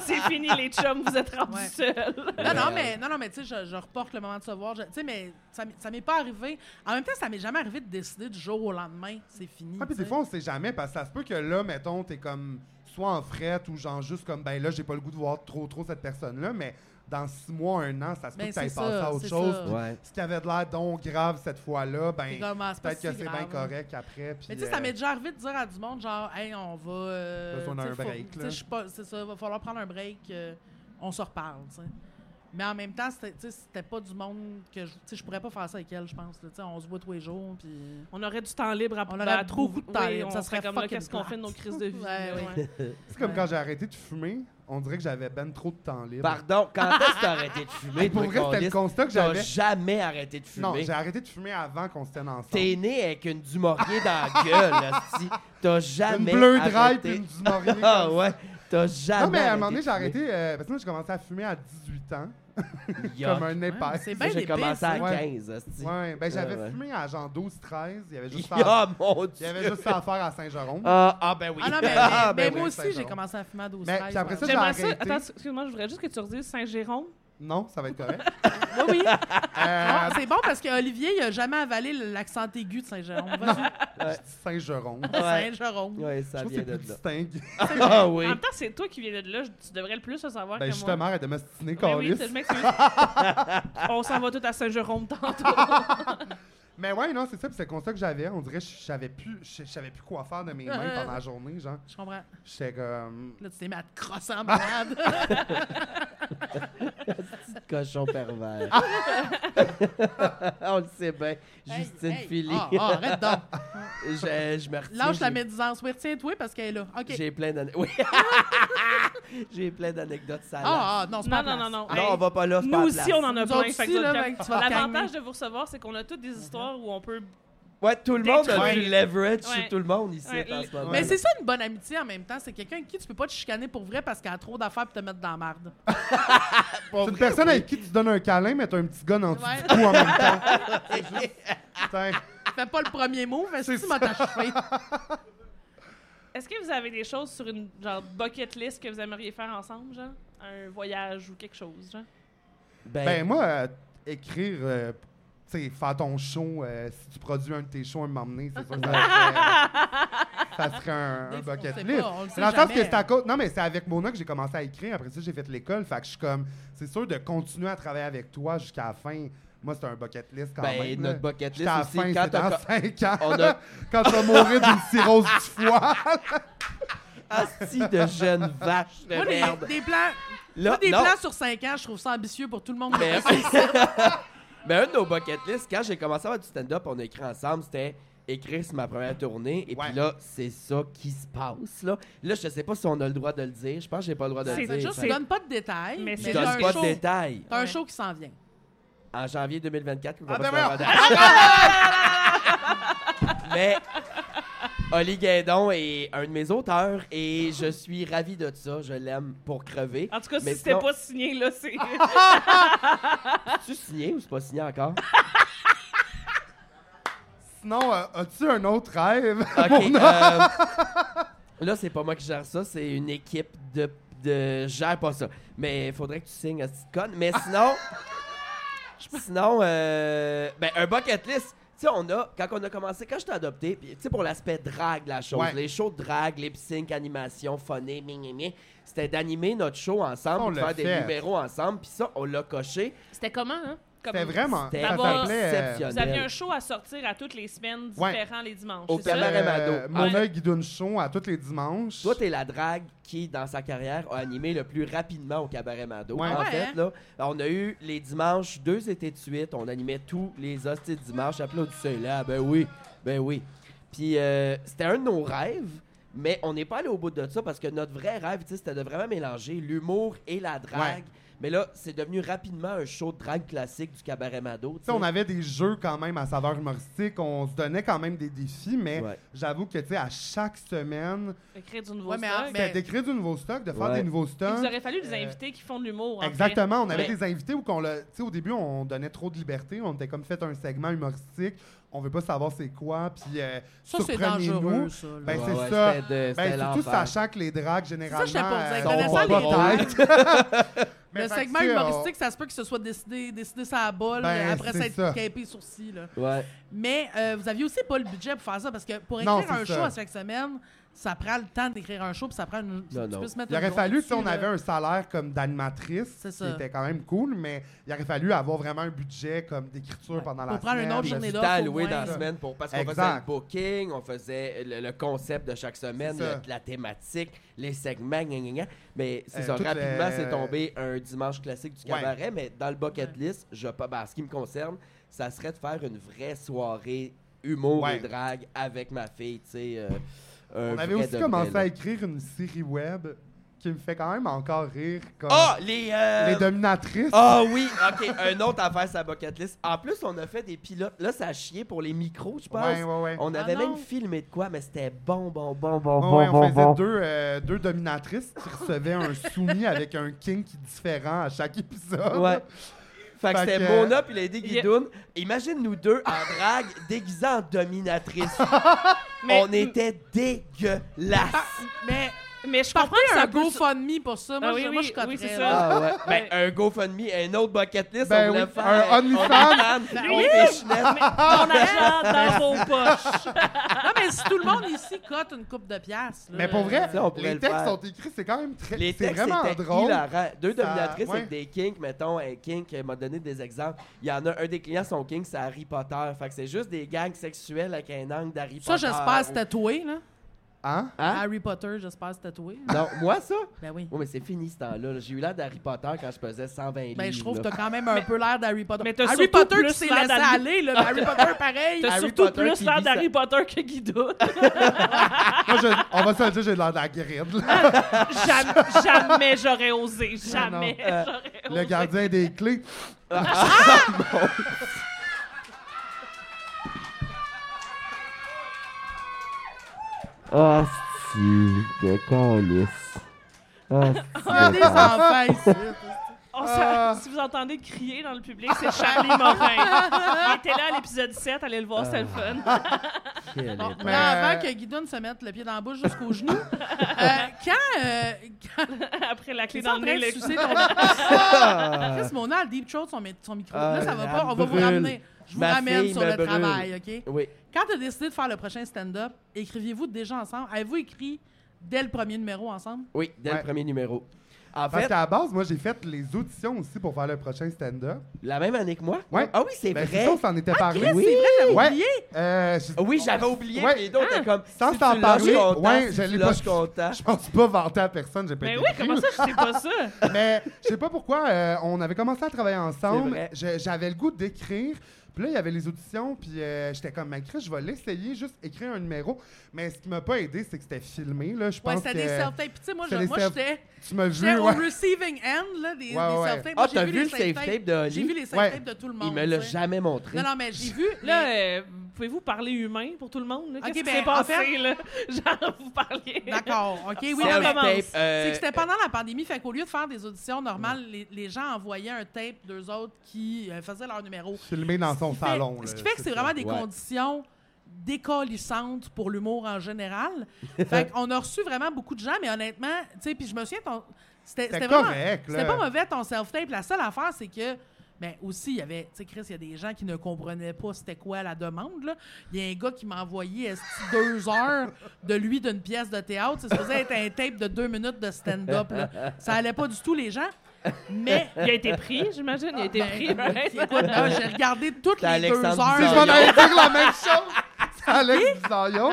C'est fini, les chums, vous êtes rendus Ouais. seuls. Non, non, mais, non, non, mais tu sais, je, je reporte le moment de se voir. Je- Tu sais, mais ça, m'est- ça m'est pas arrivé. En même temps, ça m'est jamais arrivé de décider du jour au lendemain. C'est fini. Ah, puis tu des sais. fois, on sait jamais, parce que ça se peut que là, mettons, t'es comme soit en frette ou genre juste comme, ben là, j'ai pas le goût de voir trop, trop cette personne-là, mais dans six mois, un an, ça se peut Ben, que t'ailles c'est passer ça, c'est à autre chose. ça. puis Ouais. Ce qui avait de l'air donc grave cette fois-là, C'est ben comme, ah, c'est pas peut-être que si c'est bien grave, là. correct après. puis, Mais tu sais, ça euh, m'est déjà arrivé de dire à du monde, genre, hey, on va. euh, Besoin d'un tu sais, faut- break, tu sais, là. je suis pas- C'est ça, va falloir prendre un break, euh, on se reparle, tu sais. Mais en même temps, c'était tu sais, c'était pas du monde que je. Tu sais, je pourrais pas faire ça avec elle, je pense. là. Tu sais, on se voit tous les jours, puis. On aurait du temps libre à On aurait à beaucoup de temps oui, libre. on Ça serait comme là, fucking qu'est-ce qu'on plate. fait de nos crises de vie. Ouais, là, ouais. ouais. C'est comme Ouais. quand j'ai arrêté de fumer, on dirait que j'avais ben trop de temps libre. Pardon, quand est-ce que t'as arrêté de fumer? Hey, pour toi, vrai, c'était le câlisse? constat que T'as j'avais. jamais arrêté de Non, fumer. j'ai arrêté de fumer avant qu'on se tienne ensemble. T'es né avec une du Maurier dans la gueule, asti. T'as Une jamais bleue drive arrêté. puis une du Maurier. Ah comme- ouais. T'as jamais. Non, mais à un moment donné, arrêté j'ai de fumer. arrêté. euh, parce que moi, j'ai commencé à fumer à 18 ans, Yuck. comme un Ouais, mais épais. C'est Moi, bien J'ai des commencé à hein. Ouais. 15. hostie. Ouais, ben j'avais Ouais, ouais. fumé à genre 12-13. Il y avait juste ça Ah, mon il y avait Dieu. juste ça à faire à Saint-Jérôme. Ah, ah, ben oui. Ah non, mais, Ah, mais- ben mais moi oui, aussi, j'ai Saint-Jean. commencé à fumer à 12 Mais 13, puis après ça, ouais. j'ai J'aimerais ça. arrêté. Attends, excuse-moi, je voudrais juste que tu redises Saint-Jérôme. Non, ça va être correct. Oui, oui. Euh, Ah, C'est bon parce qu'Olivier, il a jamais avalé l'accent aigu de Saint-Jérôme. Vas-y, je dis Saint-Jérôme. Ouais. Saint-Jérôme. Ouais, Je ça trouve que vient c'est de plus là. distingué. Ah oui. En même temps, c'est toi qui viens de là. je- Tu devrais le plus le savoir Ben que moi. justement, elle est m'ostiner, Ben oui, câlisse. c'est- je m'excuse. On s'en va tout à Saint-Jérôme tantôt. Mais ouais, non, c'est ça. Puis c'est le constat que j'avais. On dirait que je savais plus, je je savais plus quoi faire de mes mains Euh. pendant la journée. Genre, Je comprends. j'étais comme. Là, tu t'es mis à te crosser en malade. ben. Cochon pervers. Ah. On le sait bien. Justine Hey, hey. Philly. Ah, ah, arrête donc. je, je me retiens. Lâche la j'ai- médisance. Oui, retiens-toi parce qu'elle est là. OK. J'ai plein d'anecdotes. Oui. J'ai plein d'anecdotes salades. Ah, ah, non, c'est pas Non, la non, non, place. non. non, Hey, on va pas là. c'est pas Nous la aussi, place. on en a Nous plein. autres fait que aussi, votre- là, fait que tu vas te L'avantage calmer. de vous recevoir, c'est qu'on a toutes des histoires où on peut. Ouais, tout le monde a Détruire. du leverage Ouais. sur tout le monde ici Ouais, en le- ce moment. Mais c'est ça une bonne amitié en même temps. C'est quelqu'un avec qui tu peux pas te chicaner pour vrai parce qu'elle a trop d'affaires pour te mettre dans la merde. C'est une personne avec qui tu donnes un câlin, mais t'as un petit gun en dessous Ouais. du cou en même temps. C'est juste- Ben, Fais pas le premier mot, mais si C'est tu m'as achevé. Est-ce que vous avez des choses sur une genre bucket list que vous aimeriez faire ensemble, genre un voyage ou quelque chose, genre Ben, Ben moi, euh, écrire, euh, tu sais, faire ton show, euh, si tu produis un de tes shows, m'emmener, c'est ça. que Ça serait, ça serait un, Des un fois, on sait bucket pas, list. on le sait Dans le sens jamais. que c'est à cause- Non, mais c'est avec Mona que j'ai commencé à écrire. Après ça, j'ai fait l'école. Fait que je suis comme, c'est sûr de continuer à travailler avec toi jusqu'à la fin. Moi, c'est un bucket list quand Ben, même. notre là. bucket list Jusqu'à la aussi, fin, quand c'est t'as dans co- 5 ans. on a- Quand tu vas mourir d'une cirrhose du foie. asti de jeune vache de Moi, des, merde. des plans, Là, moi, des Ah, non. plans sur 5 ans, je trouve ça ambitieux pour tout le monde. Mais, mais Ben, un de nos bucket list, quand j'ai commencé à faire du stand-up, on a écrit ensemble, c'était écrire sur ma première tournée. Et Ouais. puis là, c'est ça qui se passe. Là. là, je sais pas si on a le droit de le dire. Je pense que j'ai pas le droit de C'est le C'est dire. juste, Fait- c'est- donne pas de détails. Mais Mais c'est Je c'est donne un, pas show- de détails. t'as un Ouais. show qui s'en vient. En janvier 2024, on va Ah, pas ben se faire voyons. Ah, ben avoir- Mais Oli Guédon est un de mes auteurs et je suis ravi de ça. Je l'aime pour crever. En tout cas, Mais si c'était sinon- pas signé là, c'est Tu signé ou c'est pas signé encore? Sinon, euh, as-tu un autre rêve? Ok. euh, là, c'est pas moi qui gère ça, c'est une équipe de. de gère pas ça. Mais faudrait que tu signes à petite conne. Mais sinon. sinon, euh, ben, un bucket list. Tu sais, on a, quand on a commencé, quand j'étais adopté, puis tu sais, pour l'aspect drague, la chose, Ouais. les shows de drague, lip sync, animation, phoné, ming, ming, ming, c'était d'animer notre show ensemble, On puis de l'a faire des fait. numéros ensemble, puis ça, on l'a coché. c'était comment hein Comme- C'était vraiment. C'était Ça D'abord, s'appelait. euh, Vous aviez un show à sortir à toutes les semaines Ouais. différents les dimanches. Au c'est ça? cabaret. Mado. Euh, Mon Ouais. œil guide une chon à tous les dimanches. Toi, t'es la drague qui, dans sa carrière, a animé le plus rapidement au Cabaret Mado. Ouais. En Ouais, hein? fait, là, on a eu les dimanches, deux étés de suite, on animait tous les hosties de dimanche. Applaudissez là, ben oui, ben oui. Puis euh, c'était un de nos rêves, mais on n'est pas allé au bout de ça parce que notre vrai rêve, tu sais, c'était de vraiment mélanger l'humour et la drague. Ouais. Mais là, c'est devenu rapidement un show de drague classique du Cabaret Mado. tu Tu sais, on sais. avait des jeux quand même à saveur humoristique, on se donnait quand même des défis, mais Ouais. j'avoue que tu sais, à chaque semaine, Écrire du nouveau Ouais, mais- stock. mais- c'était d'écrire du nouveau stock, de faire Ouais. des nouveaux Il stocks. vous aurait fallu des euh, invités qui font de l'humour. en fait. Exactement, on avait Ouais. des invités où qu'on l'a- tu sais, au début on donnait trop de liberté, on était comme fait un segment humoristique, on veut pas savoir c'est quoi, puis euh, Ça, c'est surprenez-nous. dangereux, ça. là. Ben, Ouais, c'est ouais, ça. c'était de- c'était Ben, surtout l'enfer. sachant que les dragues généralement j'étais pour dire, euh, connaissant sont pas les têtes. Mais le fait que, segment tu sais, on- humoristique, ça se peut que ce soit décidé, décidé ça à bol, Ben, après c'est s'être ça. capé sourcil. Là. Ouais. Mais euh, vous aviez aussi pas le budget pour faire ça, parce que pour écrire Non, c'est un ça. show à chaque semaine, ça prend le temps d'écrire un show, puis ça prend une... tu non. peux se mettre Il aurait une journée fallu, si on dessus, là. avait un salaire comme d'animatrice, euh, C'est qui ça. était quand même cool, mais il aurait fallu avoir vraiment un budget comme d'écriture pendant la Pour prendre une semaine. autre de- du journée temps d'off, au alloué moins, dans la là. semaine pour, parce qu'on faisait Exact. le booking, on faisait le, le concept de chaque semaine, C'est ça. le- la thématique, les segments, gna, gna, gna. mais c'est Euh, ça. tout Rapidement, le- c'est tombé un dimanche classique du Ouais. cabaret, mais dans le bucket list, je pas. ben, en ce qui me concerne, ça serait de faire une vraie soirée humour Ouais. et drague avec ma fille, tu sais. euh, un On avait vrai aussi de commencé vrai, à là. écrire une série web qui me fait quand même encore rire. Comme Ah, les. euh, Les dominatrices. Ah oui, ok, un autre affaire sa bucket list. En plus, on a fait des pilotes. Là, ça a chié pour les micros, je pense. Ouais, ouais, ouais. On avait Ah non. même filmé de quoi, mais c'était bon, bon, bon, bon, Ouais, bon, ouais, on bon, faisait bon. Deux, euh, deux dominatrices qui recevaient un soumis avec un kink différent à chaque épisode. Ouais. Fait que Fait c'était que- euh, Mona puis Lady Guidoune. Imagine nous deux en drague déguisés en dominatrice. Mais- on était dégueulasses. Ah, Mais Mais je comprends partez que un ça peut... GoFundMe pour ça. Moi, Ah oui, je, moi, oui, je coterais, oui, c'est là. ça. Ah ouais. Ben, un GoFundMe, un autre bucket list, Ben on voulait oui, faire. un OnlyFans. on fait Chanel. Mais ton argent dans vos poches. Non, Ah, mais si tout le monde ici cote une coupe de pièces. là, Mais pour vrai, Ça, on pourrait les le textes faire. sont écrits, c'est quand même très. Les C'est textes vraiment étaient drôle. hilarants. Deux Ça- dominatrices ouais. avec des kinks, mettons, un kink, elle m'a donné des exemples. Il y en a un des clients, son kink, c'est Harry Potter. Fait que c'est juste des gangs sexuels avec un angle d'Harry Ça, Potter. j'espère se tatouer, là. Hein? Hein? Harry Potter, j'espère se tatouer. Non, moi, ça? Ben oui. Oui, mais c'est fini ce temps-là. là. J'ai eu l'air d'Harry Potter quand je pesais 120 livres. Ben, je trouve que là. t'as quand même un peu l'air d'Harry Potter. mais t'as Harry surtout Potter plus qui s'est l'air laissé d'Harry- Ah, aller, là. mais Harry Potter, pareil. T'as Harry surtout Potter plus qui l'air vit d'Harry sa- Potter que Guido. Moi, je- on va se le dire, j'ai l'air de la guéride. là. jamais, jamais j'aurais osé. Jamais j'aurais osé. Euh, Le gardien des clés. Ah, Il y a des enfants ici. On s'en- Ah. Si vous entendez crier dans le public, c'est Charlie Morin. Il était là à l'épisode 7, allez le voir, c'est le Ah. fun. Quelle Bon, Mais- mais Ah, avant que Guidoune se mette le pied dans la bouche jusqu'au genou, euh, quand, euh, quand Après la clé t'es dans en le train nez, de le- sucer ton... Chris, mon a le deep throat, son, mi- son micro. Ah, là, ça va elle pas. On va vous brûle. ramener. Je vous Ma ramène fille sur me le brûle. travail, OK? Oui. Quand t'as décidé de faire le prochain stand-up, écriviez-vous déjà ensemble? Avez-vous écrit dès le premier numéro ensemble? Oui, dès Ouais. le premier numéro. En Parce fait, qu'à la base, moi, j'ai fait les auditions aussi pour faire le prochain stand-up. la même année que moi? Ouais. Ah oui, c'est Ben, c'est vrai. ça, on s'en était parlé. Ah, Chris, c'est vrai, j'avais Ouais. oublié. Euh, je- Oui, j'avais oublié, Ouais. mais les deux étaient Ah, comme. Sans si t'en tu l'as, je suis parler, content, ouais, si je tu l'ai l'as, pas- je suis content. Je pense pas vanter à personne, Ben j'ai pas Mais été Ben oui, pris, comment là. ça, je sais pas ça? Mais je sais pas pourquoi, euh, on avait commencé à travailler ensemble. C'est vrai. Je- J'avais le goût d'écrire. Puis là, il y avait les auditions, puis euh, j'étais comme, mais Chris, je vais l'essayer, juste écrire un numéro. Mais ce qui m'a pas aidé, c'est que c'était filmé, là. Je Ouais, pense c'était que des self-tapes. Puis, tu sais, moi, c'était je- des moi, self- j'étais tu m'as j'étais vu, au ouais. receiving end là, des, des Ouais, ouais. self-tapes. Ah, Moi, j'ai t'as vu les le safe self-tapes. tape de J'ai Oli? vu les Ouais. self-tapes de tout le monde. Il me l'a tu sais. jamais montré. Non, non, mais j'ai vu. Là, les- euh, pouvez-vous parler humain pour tout le monde? là? Ok, Qu'est-ce ben, qui s'est en passé, fait- là? Genre, vous parliez... D'accord, OK, oui, non, Self-tape, mais- commence. euh, C'est que c'était pendant la pandémie, fait qu'au lieu de faire des auditions normales, les, les gens envoyaient un tape d'eux autres qui euh, faisaient leur numéro. Filmé dans son Ce qui fait- salon, là, Ce qui fait que c'est ça. vraiment des Ouais. conditions décollissantes pour l'humour en général. fait qu'on a reçu vraiment beaucoup de gens, mais honnêtement, tu sais, puis je me souviens, ton- c'était C'était c'était vraiment- correct, là. C'était pas mauvais ton self-tape. La seule affaire, c'est que. Ben aussi, il y avait, tu sais, Chris, il y a des gens qui ne comprenaient pas c'était quoi la demande, là. Il y a un gars qui m'a envoyé esti, deux heures de lui d'une pièce de théâtre. Ça faisait être un tape de deux minutes de stand-up, là. Ça allait pas du tout, les gens. Mais. Il a été pris, j'imagine. Il a été pris. Ben, right? écoute, là, j'ai regardé toutes T'as les deux Alexandre heures. Si je Bizarre. m'en allais dire la même chose, c'est Alex Bizarillon.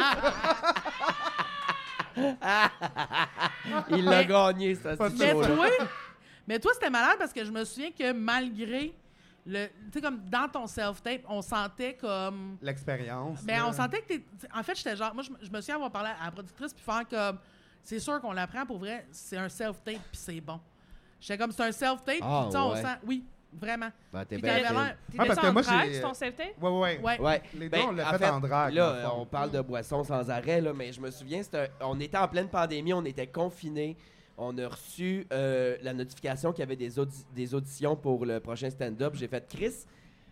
Il l'a gagné, ça, Pas c'est de Mais Voilà. toi, mais toi, c'était malade parce que je me souviens que malgré le, tu sais comme dans ton self tape, on sentait comme, L'expérience. mais là. Ben, on sentait que t'es, t'sais, en fait, j'étais genre, moi, je, me- je me souviens avoir parlé à la productrice puis faire comme, c'est sûr qu'on l'apprend pour vrai, c'est un self tape puis c'est bon. J'étais comme, c'est un self tape, Ah, puis tu sais, on ouais. sent, oui, vraiment. Ben, t'es Puis bien t'avais fine. l'air- T'étais Ouais, parce que en moi, drague, j'ai- sur ton self-tape? Ouais, ouais, ouais. ouais. Ouais. Ben, Les deux, on l'a fait en drague, Là, dans le euh, fond. on parle de boissons sans arrêt, là, mais je me souviens, c'était un- on était en pleine pandémie, on était confinés. On a reçu euh, la notification qu'il y avait des, audi- des auditions pour le prochain stand-up. J'ai fait Chris.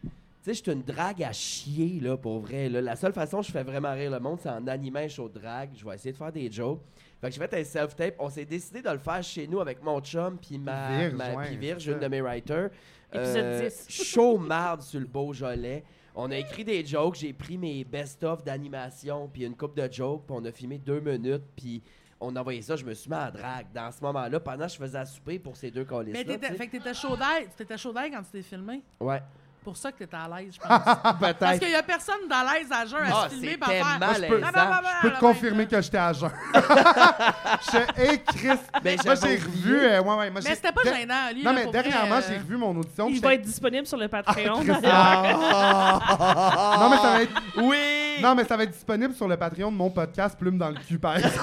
Tu sais, je suis une drague à chier, là, pour vrai. là. La seule façon que je fais vraiment rire le monde, c'est en animant un show de drague. Je vais essayer de faire des jokes. Fait que j'ai fait un self-tape. On s'est décidé de le faire chez nous avec mon chum, puis ma, Virge, ma- ouais, puis Virge, c'est ça. une de mes writers. Épisode Euh, 10. Chaud marde sur le Beaujolais. On a écrit des jokes, j'ai pris mes best-of d'animation, puis une coupe de jokes, puis on a filmé deux minutes, puis on a envoyé ça, je me suis mis en drague dans ce moment-là, pendant que je faisais à souper pour ces deux colis Mais t'étais, fait que t'étais chaud d'air, t'étais chaud d'air quand tu t'es filmé. Ouais. Pour ça que t'étais à l'aise, je pense. Ah, Parce Peut-être. qu'il y a personne dans l'aise à jeun à Ah, se filmer par c'était faire. malaisant. Ah, bah, bah, bah, Je peux bah, te bah, confirmer que j'étais à jeun. Je hé, Chris. Ben, moi, j'avais j'ai oublié. revu. euh, ouais, ouais, moi, Mais j'ai- c'était pas de- gênant, lui. Non, là, mais pour vrai, dernièrement, euh, j'ai revu mon audition. Il j'étais- va être disponible sur le Patreon. hein. Ah. non, mais ça va être... Oui! non, mais ça va être disponible sur le Patreon de mon podcast Plume dans le cul, par exemple.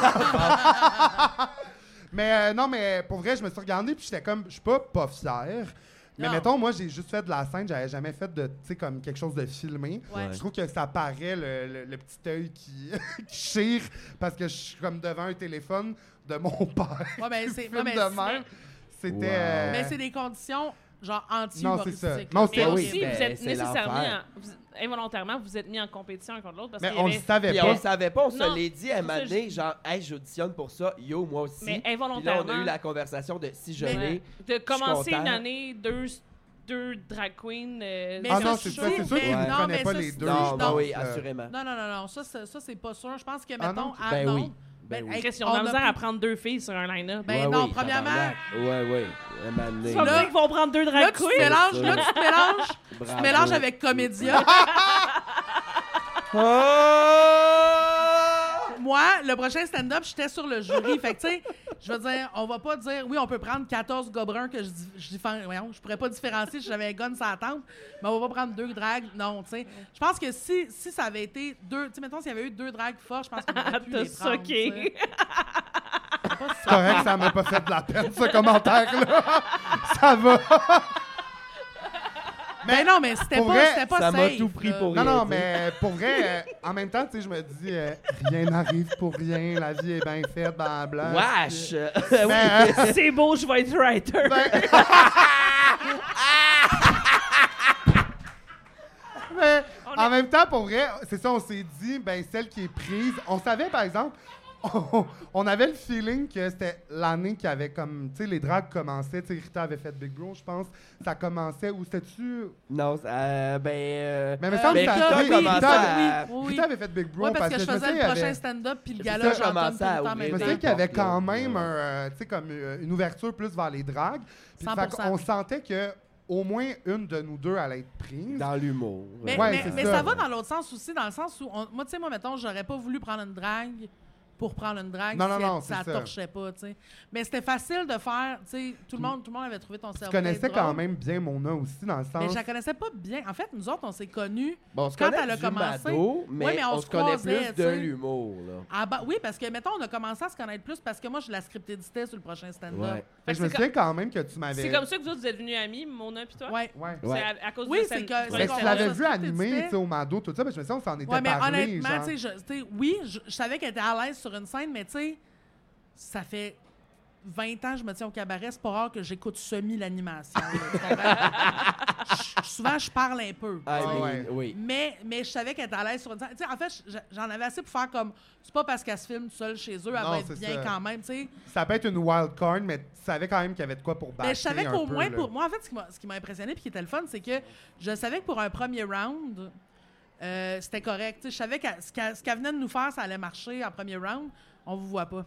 Mais euh, non, mais pour vrai, je me suis regardé puis j'étais comme, je suis pas pas fier. Mais Non. mettons, moi, j'ai juste fait de la scène, j'avais jamais fait de, tu sais, comme quelque chose de filmé. Ouais. Je trouve que ça paraît le, le- le petit œil qui, qui chire parce que je suis comme devant un téléphone de mon père. Ouais, ben, qui c'est- filme ouais, ben, de c'est- même. C'était. Wow. euh, Mais c'est des conditions, genre, anti Non, c'est ça. Non, c'est- Mais Ah oui, aussi, ben, vous êtes c'est l'enfer. nécessairement, vous- involontairement, vous êtes mis en compétition un contre l'autre parce mais qu'il y on le avait- savait Puis pas. on le savait pas, on se Non, l'est dit à c'est un moment ça, donné, genre, hey, j'auditionne pour ça, yo, moi aussi. Mais Puis là, on a involontairement. eu la conversation de si je Mais- l'ai. de commencer content. une année, deux, deux drag queens. euh, Mais Ah ça, non, c'est c'est sûr, ça, c'est sûr mais- qu'ils ne non, prenaient mais pas ça, les c'est- deux. non, je ben pense, oui, euh, assurément. Non, non, non, non, ça, c'est- ça, c'est pas sûr. Je pense que, Ah, mettons, non? ah, Ben non. oui. Ben oui. hey, Qu'est-ce qu'on a on de la a misère à plus- prendre deux filles sur un line-up? Ben Ouais, non, oui, premièrement, tabarnak. Ouais, ouais, un moment donné. C'est pas là- vrai qu'ils vont prendre deux là, drag tu te queens. mélanges, là, tu te mélanges, tu te Bravo. mélanges avec Comédia. Ah! Moi, le prochain stand-up, j'étais sur le jury. fait que, tu sais, je veux dire, on va pas dire, oui, on peut prendre 14 gobrins que je, dis- je, diffé- voyons, je pourrais pas différencier si j'avais un gun sur la tempe, mais on va pas prendre deux dragues. Non, tu sais. Je pense que si, si ça avait été deux, tu sais, mettons, s'il y avait eu deux dragues fortes, je pense qu'on aurait pu T'as les prendre. tu sais. soqué. C'est pas si- C'est correct, ça m'a pas fait de la peine, ce commentaire-là. ça va. Mais Ben non, mais c'était Pour pas, vrai, c'était pas ça m'a safe, tout pris là. pour Non, rien non, dire. mais pour vrai, euh, en même temps, tu sais, je me dis, euh, rien n'arrive pour rien, la vie est bien faite, ben blanc. Wesh! Ben, euh, hein? C'est beau, je vais être Ben, writer. Ben, Mais On en est- même temps, pour vrai, c'est ça, on s'est dit, ben celle qui est prise, on savait par exemple, on, on avait le feeling que c'était l'année qui avait comme, tu sais, les drags commençaient, tu sais, Rita avait fait Big Bro, je pense, ça commençait, ou c'était-tu... Non, euh, ben. euh, Mais il me semble Ben, que ça- Rita oui, commençait Rita avait- à- Oui, oui. Rita avait fait Big Bro, Ouais, parce que, je me faisais sais, le il y avait- prochain stand-up, puis le C'est gala, ça, j'entends tout commençait à le temps ben, ouvrir Je maintenant. me des- souviens qu'il y avait N'importe quand là, même ouais. un, euh, tu sais, comme euh, une ouverture plus vers les dragues. Puis 100%. fait qu'on sentait que au moins une de nous deux allait être prise. Dans l'humour. Mais, Ouais, mais- c'est mais ça. ça. va dans l'autre sens aussi, dans le sens où, on- moi, tu sais, moi, mettons, j'aurais pas voulu prendre une drague pour prendre une drague Non, non, si non, elle- c'est ça, ça. torchait pas, tu sais. Mais c'était facile de faire, tu sais, tout le monde, tout le monde avait trouvé ton Je cerveau. connaissais drôle. quand même bien Mona aussi, dans le Mais sens... je la connaissais pas bien. En fait, nous autres, on s'est connus Bon, on se quand connaît elle a du commencé. mado, mais, Ouais, mais on, on se se connaît croisait, plus tu de sais. l'humour, là. Ah bah oui, parce que, mettons, on a commencé à se connaître plus parce que moi, je la scriptéditais sur le prochain stand-up. Ouais. Mais Fait je que me c'est souviens quand même que tu m'avais... C'est comme ça que vous autres, vous êtes venus amis, Mona puis toi? Ouais. Ouais. C'est Ouais. Ben, à, à cause Oui, de c'est cette- que- pour Mais les c'est tu qu'on- l'avais on vu s'en animé, foutait. tu sais, au Mado, tout ça, mais je me souviens, on s'en était Ouais, mais parlé, honnêtement, genre. tu sais, je- tu sais, oui, je, je savais qu'elle était à l'aise sur une scène, mais tu sais, ça fait 20 ans que je me tiens au cabaret, c'est pas rare que j'écoute semi l'animation. là, tu comprends? Je- souvent, je parle un peu. Ah, Ah oui, ouais. oui. Mais, mais je savais qu'elle était à l'aise sur une scène. Tu sais, en fait, je- j'en avais assez pour faire comme. C'est pas parce qu'elle se filme seule chez eux, elle Non, va être c'est bien ça. quand même, tu sais. Ça peut être une wild card, mais tu savais quand même qu'il y avait de quoi pour battre. Mais Ben, je savais qu'au moins, pour moi. moi, en fait, ce qui m'a- ce qui m'a impressionné puis qui était le fun, c'est que je savais que pour un premier round, euh, c'était correct. Tu sais, Je savais que ce qu'elle ce qu'elle venait de nous faire, ça allait marcher en premier round. On vous voit pas.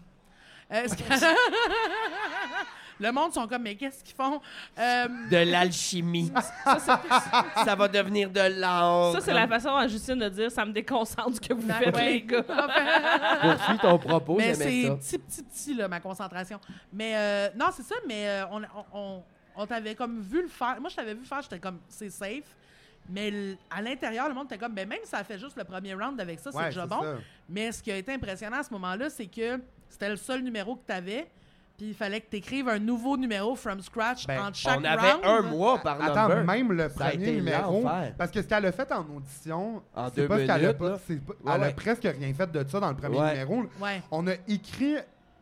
Euh, ce que- le monde sont comme, mais qu'est-ce qu'ils font? Euh, De l'alchimie. ça va devenir de l'or. Ça, c'est la façon à Justine de dire ça me déconcentre ce que vous faites, Ouais. les gars. Poursuis ton propos, mais j'aimais c'est ça. petit, petit, petit, là, ma concentration. Mais euh, non, c'est ça, mais euh, on, on, on t'avait comme vu le faire. Moi, je t'avais vu le faire, j'étais comme, c'est safe. Mais l- à l'intérieur, le monde était comme, ben même si ça fait juste le premier round avec ça, c'est déjà bon. Mais ce qui a été impressionnant à ce moment-là, c'est que c'était le seul numéro que tu avais. Puis il fallait que tu écrives un nouveau numéro from scratch Ben, entre chaque On avait round. un mois par Attends, number. même le Ça a premier été numéro. l'enfer. Parce que ce qu'elle a fait en audition, En c'est deux pas ce qu'elle a minutes, pas. là. c'est pas- Ouais, elle a ouais. presque rien fait de ça dans le premier Ouais. numéro. Ouais. On a écrit,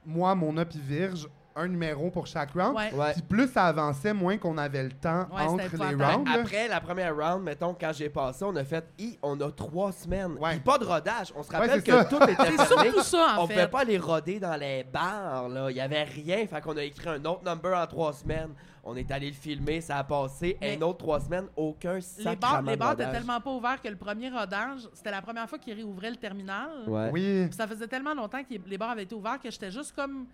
moi, mon puis Virge, un numéro pour chaque round. Ouais. Ouais. Puis plus ça avançait, moins qu'on avait le temps Ouais, entre c'était les épouvantable. rounds. là. Après la première round, mettons, quand j'ai passé, on a fait I, on a trois semaines. Ouais. Puis pas de rodage. On se rappelle Ouais, c'est que ça. tout était C'est fermé. surtout ça, en on pouvait fait. pas aller roder dans les bars, là. Il y avait rien. Fait qu'on a écrit un autre number en trois semaines. On est allé le filmer, ça a passé. Mais- un autre trois semaines, aucun sacrement Les bars, les de bars étaient rodage. tellement pas ouverts que le premier rodage, c'était la première fois qu'ils réouvraient le terminal. Ouais. Oui. Puis ça faisait tellement longtemps que les bars avaient été ouverts que j'étais juste comme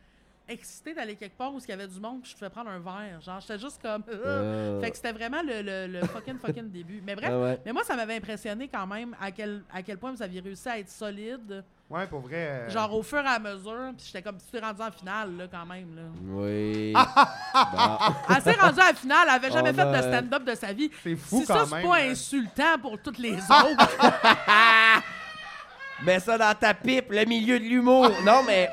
excitée d'aller quelque part où il y avait du monde puis je pouvais prendre un verre. Genre, j'étais juste comme... Euh. Fait que c'était vraiment le, le- le fucking fucking début. Mais bref, Ah ouais. mais moi, ça m'avait impressionné quand même à quel, à quel point vous aviez réussi à être solide. Ouais, pour vrai. euh, Genre au fur et à mesure, puis j'étais comme, tu t'es rendu en finale, là, quand même, là. Oui. Ah, Elle s'est rendue en finale, elle avait jamais Oh, fait ben, de stand-up de sa vie. c'est fou si quand ça, c'est même, pas hein. insultant pour toutes les autres. Mets ça dans ta pipe, le milieu de l'humour. non, mais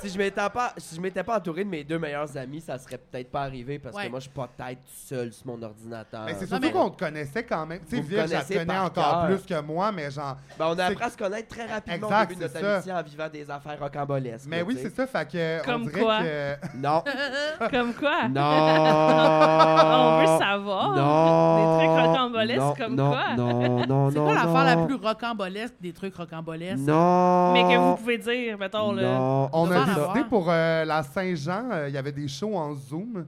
si je m'étais pas, si je m'étais pas entouré de mes deux meilleurs amis, ça serait peut-être pas arrivé parce Ouais. que moi, je suis pas tête seul sur mon ordinateur. Mais c'est euh, Non, surtout mais- qu'on te connaissait quand même. Tu sais, Vous Viv, je la connaissez connais par encore cœur. plus que moi, mais genre. Ben, on a c'est- appris à se connaître très rapidement Exact, au début de c'est notre ça. amitié en vivant des affaires rocambolesques. Mais là, oui, tu sais. c'est ça, fait que. Comme on dirait quoi? que. Non. Ah Comme quoi? On veut non. savoir. Non. Des trucs rocambolesques comme non, quoi? Non, non, C'est non. quoi l'affaire la non. plus rocambolesque des trucs rocambolesques? Non. Mais que vous pouvez dire, mettons, là. Non. On a Devant la décidé voir. pour euh, la Saint-Jean, euh, il y avait des shows en Zoom.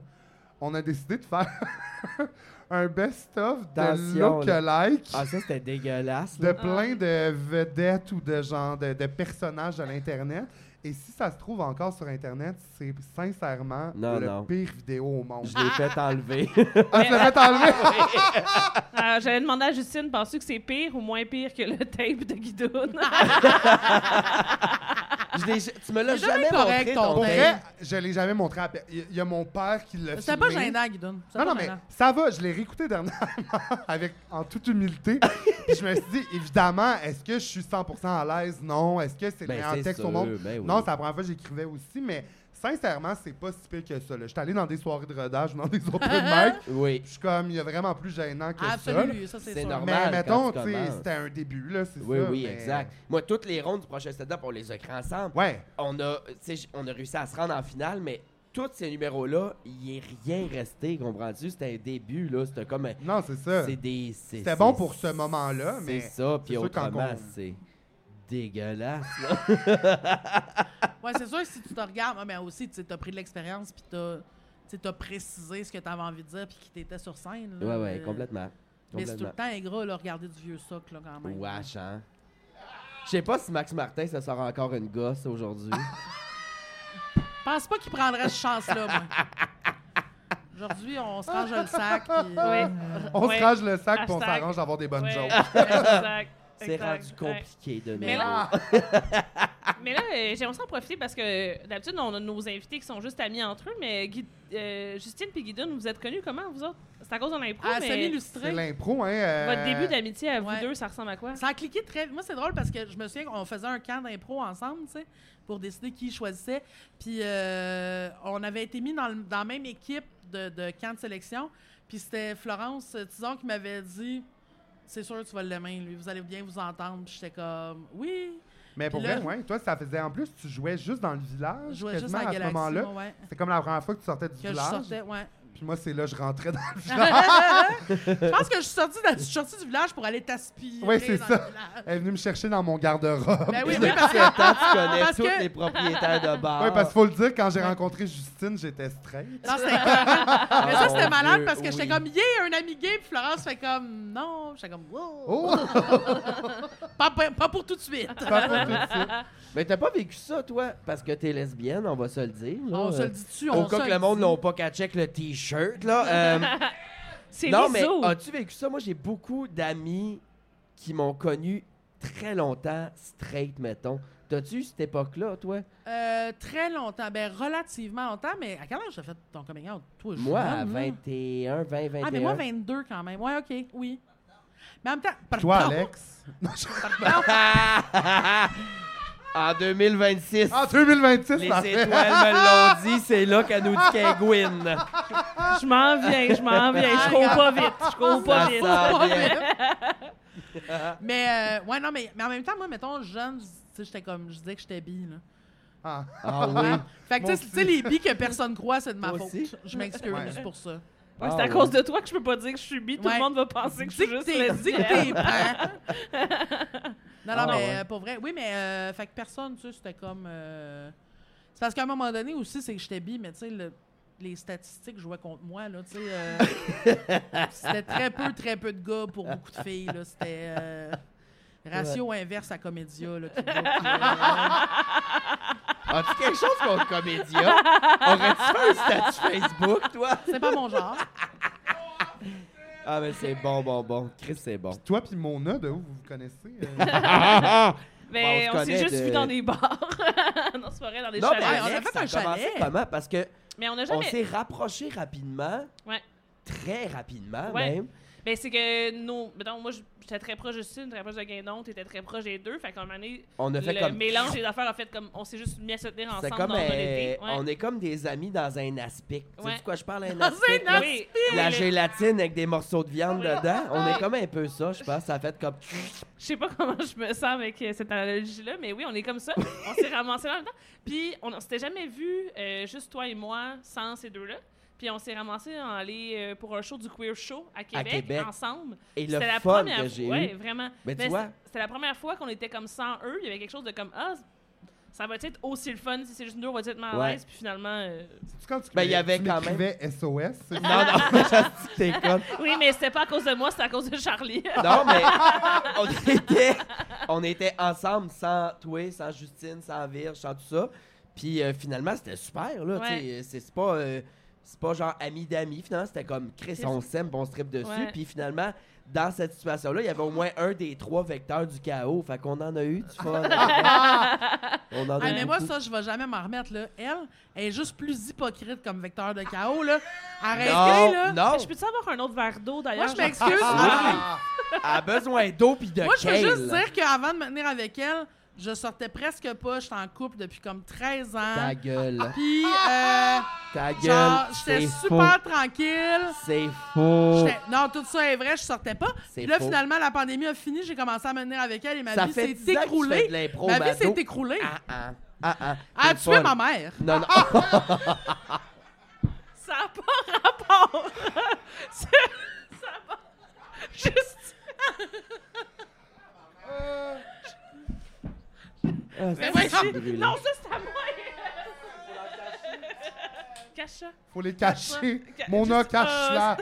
On a décidé de faire un best-of de Attention, look-alike Ah, ça, c'était dégueulasse. de là. Ah. plein de vedettes ou de genre de, de personnages de l'Internet. Et si ça se trouve encore sur Internet, c'est sincèrement Non, le non. pire vidéo au monde. Je l'ai fait enlever. Ah, tu l'as fait enlever? Euh, J'avais demandé à Justine, penses-tu que c'est pire ou moins pire que le tape de Guidoune? Ah, Je l'ai- tu me l'as C'est jamais jamais correct, montré, ton Pour Ben. vrai, je l'ai jamais montré à pe- Il y a mon père qui l'a filmé. C'était pas gênant, Guidon. C'était Non, pas non, mais gênant. ça va, je l'ai réécouté dernièrement avec, en toute humilité. Puis je me suis dit, évidemment, est-ce que je suis 100% à l'aise? Non. Est-ce que c'est le Ben, meilleur c'est texte au sûr, monde? ben oui. Non, c'est la première fois que j'écrivais aussi, mais sincèrement, c'est pas si pire que ça. là. Je suis allé dans des soirées de rodage, dans des open mic. Oui. Je suis comme, il y a vraiment plus gênant que ça. Absolument, Ah, ça, c'est C'est sûr. normal. Mais mettons, quand tu tu sais, commences. c'était un début, là, c'est Oui, ça. oui, mais- exact. Moi, toutes les rondes du prochain stand-up, on les a créées ensemble. Ouais. On a, tu sais, j- on a réussi à se rendre en finale, mais tous ces numéros-là, il est rien resté, comprends-tu? C'était un début, là. C'était comme. un- Non, c'est ça. C'est des. c'est- C'était c'est- bon pour ce moment-là, mais C'est ça, puis sûr autrement, qu'on- c'est dégueulasse, là. Ouais, c'est sûr que si tu te regardes, ah, mais aussi, tu as pris de l'expérience, puis t'as tu as précisé ce que tu avais envie de dire, puis qui t'étais sur scène. là. Ouais, ouais, Euh, complètement. Mais c'est tout Complètement. le temps ingrat, là, regarder du vieux socle, là, quand même. Wesh, hein? Je sais pas si Max Martin, ça sera encore une gosse aujourd'hui. Je pense pas qu'il prendrait cette chance-là, moi. Aujourd'hui, on se range le sac, puis... euh, Ouais. on Ouais. se range le sac pour on Hashtag. s'arrange d'avoir des bonnes Ouais, jokes. exact, C'est exact, rendu ouais. compliqué de Mais nous. là, mais là euh, j'aimerais s'en profiter parce que euh, d'habitude, on a nos invités qui sont juste amis entre eux, mais Guy- euh, Justine et Guidoune, vous êtes connus comment, vous autres? C'est à cause de l'impro, Ah, mais C'est semi-lustré. l'impro, hein. euh, votre début d'amitié à vous ouais. deux, ça ressemble à quoi? Ça a cliqué très... Moi, c'est drôle, parce que je me souviens qu'on faisait un camp d'impro ensemble, tu sais, pour décider qui choisissait. Puis euh, on avait été mis dans, le- dans la même équipe de, de camp de sélection. Puis c'était Florence Tison qui m'avait dit... C'est sûr, tu vas l'aimer, lui. Vous allez bien vous entendre. Puis j'étais comme... Oui, Mais pour Puis là- vrai, ouais, toi, ça faisait en plus, tu jouais juste dans le je village, jouais juste quasiment à à, ce Galaxy, moment-là. moi, ouais. C'est comme la première fois que tu sortais du Que je village. sortais, ouais. Puis moi, c'est là que je rentrais dans le village. je pense que je suis sortie, dans- je suis sortie du village pour aller t'aspirer. Euh. Ouais, c'est dans ça. le village. Elle est venue me chercher dans mon garde-robe. Ben oui, Depuis oui, parce que. sept ans, tu connais parce tous que- les propriétaires de bars. Ouais, parce qu'il faut le dire, quand j'ai rencontré Justine, j'étais straight. Non, c'était écœurant. Mais ça, Oh c'était mon malade Dieu, parce que j'étais oui. comme, yeah, un ami gay. Puis Florence fait comme, non. J'étais comme, wow. Oh! Pas, pas- pas pour tout de suite. Pas pour tout de suite. Mais t'as pas vécu ça, toi, parce que t'es lesbienne, on va se le dire. là. On se Euh, le dit-tu, Au on se cas que le le monde dit. n'ont pas qu'à check le t-shirt, là. euh, C'est non, mais Rizzo. as-tu vécu ça? Moi, j'ai beaucoup d'amis qui m'ont connu très longtemps, straight, mettons. T'as-tu eu cette époque-là, toi? Euh, Très longtemps. Ben, relativement longtemps. Mais à quel âge t'as fait ton coming out? Toi, Moi, jeune, à hein? 21, 20, 21. Ah, mais moi, 22 quand même. Ouais, OK, oui. Mais en même temps. Toi, pardon. Alex. Non, je- En 2026, En 2026, les parfait. étoiles me l'ont dit, c'est là qu'elle nous dit qu'elle gouine. Je m'en viens, je m'en viens. Je cours pas vite, je cours pas ah! Ça vite. sent bien. Mais, euh, ouais, non, mais, mais en même temps, moi, mettons, jeune, tu sais, j'étais comme, je disais que j'étais bi, là. Ah. Ah oui. Fait que, tu sais, Moi tu sais, les bi que personne croit, c'est de ma Moi faute. aussi. Je m'excuse Ouais. pour ça. Ouais, c'est à Ah, cause ouais. de toi que je peux pas dire que je suis bi. Tout Ouais. le monde va penser que je suis juste Dictez- lesbienne. dictez pas. Non, non, Ah, mais ouais. euh, pour vrai. Oui, mais, euh, fait que personne, tu sais, c'était comme. euh, C'est parce qu'à un moment donné aussi, c'est que j'étais bi, mais, tu sais, le- Les statistiques jouaient contre moi, là, tu sais. euh, C'était très peu, très peu de gars pour beaucoup de filles, là. C'était euh, ratio inverse à Comédia, là. qui va, puis, euh, As-tu quelque chose contre Comédia? Aurais-tu fait un statut Facebook, toi? C'est pas mon genre. Ah, mais c'est bon, bon, bon. Chris, c'est bon. Toi puis Mona, de où vous vous connaissez? euh? Mais Bon, on se Ben, on s'est connaît juste de- vu dans des bars. non, c'est pas vrai, dans des Non, mais chalets. Ouais, on a Alex, fait un ça a commencé chalet. comment? Parce que Mais on n'a on jamais. s'est rapprochés rapidement, Ouais. très rapidement Ouais. même. Ben, c'est que nos. mettons, moi, j'étais très proche de Justine, très proche de Guindon, t'étais très proche des deux. Fait qu'à un moment donné, On a fait le comme- mélange des affaires, en fait, comme on s'est juste mis à se tenir ensemble C'est comme dans un euh, été. Ouais. on est comme des amis dans un aspic. Tu Ouais. sais de quoi je parle un Dans un aspic? là? aspic. Oui. La Le- gélatine avec des morceaux de viande Ouais. dedans, on Ouais. est comme un peu ça, je pense. Ça a fait comme Je sais pas comment je me sens avec euh, cette analogie-là, mais oui, on est comme ça. On s'est ramassés dans le temps. Puis on, on s'était jamais vu, euh, juste toi et moi, sans ces deux-là. Puis on s'est ramassés en aller euh, pour un show du Queer Show à Québec, Québec. ensemble. et le C'était la fun première que fois. j'ai ouais, eu. vraiment. Mais tu c'est- vois. C'était la première fois qu'on était comme sans eux. Il y avait quelque chose de comme Ah, ça va être aussi le fun si c'est juste nous, on va être mal à Ouais. l'aise. Puis finalement. euh, C'est-tu quand tu Ben, il y m'é- avait tu quand même- m'écrivais SOS. c'est- Non, non, je dis que t'es con. Oui, mais c'était pas à cause de moi, c'était à cause de Charlie. Non, mais on était, on était ensemble sans toi, sans Justine, sans Virge, sans tout ça. Puis euh, finalement, c'était super, là. Ouais. tu sais, C'est c'est pas, euh, c'est pas genre ami d'amis. Finalement, c'était comme Chris, Chris. on s'aime, puis on se tripe dessus. Ouais. Puis finalement, dans cette situation-là, il y avait au moins un des trois vecteurs du chaos. Fait qu'on en a eu du fun. on en a Ah, eu. mais moi, beaucoup. ça, je vais jamais m'en remettre, là. Elle, elle est juste plus hypocrite comme vecteur de chaos, là. Arrêtez, là. non, non, Je peux-tu avoir un autre verre d'eau d'ailleurs? Moi, je genre? m'excuse. Ah! elle a besoin d'eau puis de Moi, je veux kale. juste dire qu'avant de me tenir avec elle, je sortais presque pas. J'étais en couple depuis comme 13 ans. Ta gueule, Puis, euh, ta gueule, Ah, genre, j'étais c'est super faux, tranquille. c'est faux. J'étais- Non, tout ça est vrai, je sortais pas. C'est Puis là, faux. finalement, la pandémie a fini, j'ai commencé à me tenir avec elle et ma Ça vie fait s'est 10 ans que tu fais écroulée. de l'impro, Ma vie s'est Mado. écroulée. Ah, ah, ah, ah. Ah, t'es tu es folle. ma mère. Ah, Non, non. Ça n'a pas rapport. C'est- ça a pas- Juste. Ah, Mais c'est voyons. brûlé. Non, ça, c'est à moi. Cache ça. Faut les cacher. Ca- Mon juste- cache là.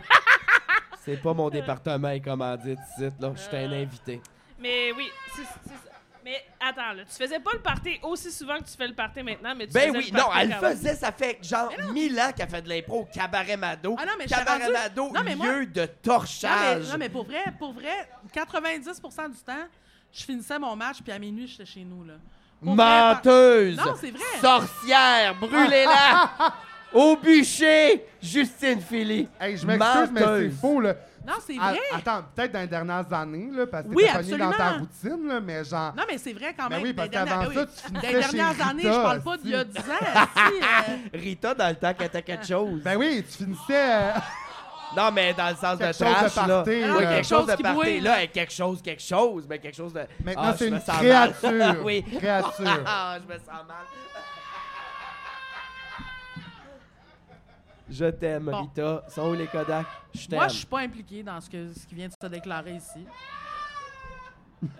C'est pas mon département et comment dire ici, là. Je suis un Euh, invité. Mais oui, c'est c'est ça. Mais attends, là, tu faisais pas le party aussi souvent que tu fais le party maintenant, mais tu Ben faisais oui, le non, party elle quand même. faisait, ça fait genre mille ans qu'elle fait de l'impro au cabaret Mado. Ah non, mais je suis cabaret rendue- Mado, Non, mais moi- lieu de Non mais, torchage. non, mais pour vrai, pour vrai, 90 du temps, je finissais mon match, puis à minuit, j'étais chez nous, là. Pour vrai, par- Menteuse! Non, c'est vrai. Ah, Sorcière! Brûlez-la! au bûcher! Justine Philly! Hey, je m'excuse, mais c'est Menteuse. faux, là. Non, c'est Ah, vrai. Attends, peut-être dans les dernières années, là, parce que Oui, t'es pogné dans ta absolument. routine, là, mais genre. Non, mais c'est vrai quand Ben même. oui, des parce dernières- qu'avant oui. ça, tu Des finissais chez dernières années, Rita, je parle pas d'il y a aussi. 10 ans. si, euh, Rita, dans le temps qu'elle était quelque chose. Ben oui, tu finissais. euh, Non, mais dans le sens Quelque de chose trash, de party, là. là. Oui, Quelque quelque chose chose de qui party, bouille, là. Hey, quelque chose, quelque chose, mais quelque chose de... Maintenant, Ah, c'est je me une sens mal. créature. oui. Créature. Ah, je me sens mal. Je t'aime, Bon. Rita. Sont où les Kodak? Je t'aime. Moi, je suis pas impliquée dans ce, que, ce qui vient de se déclarer ici.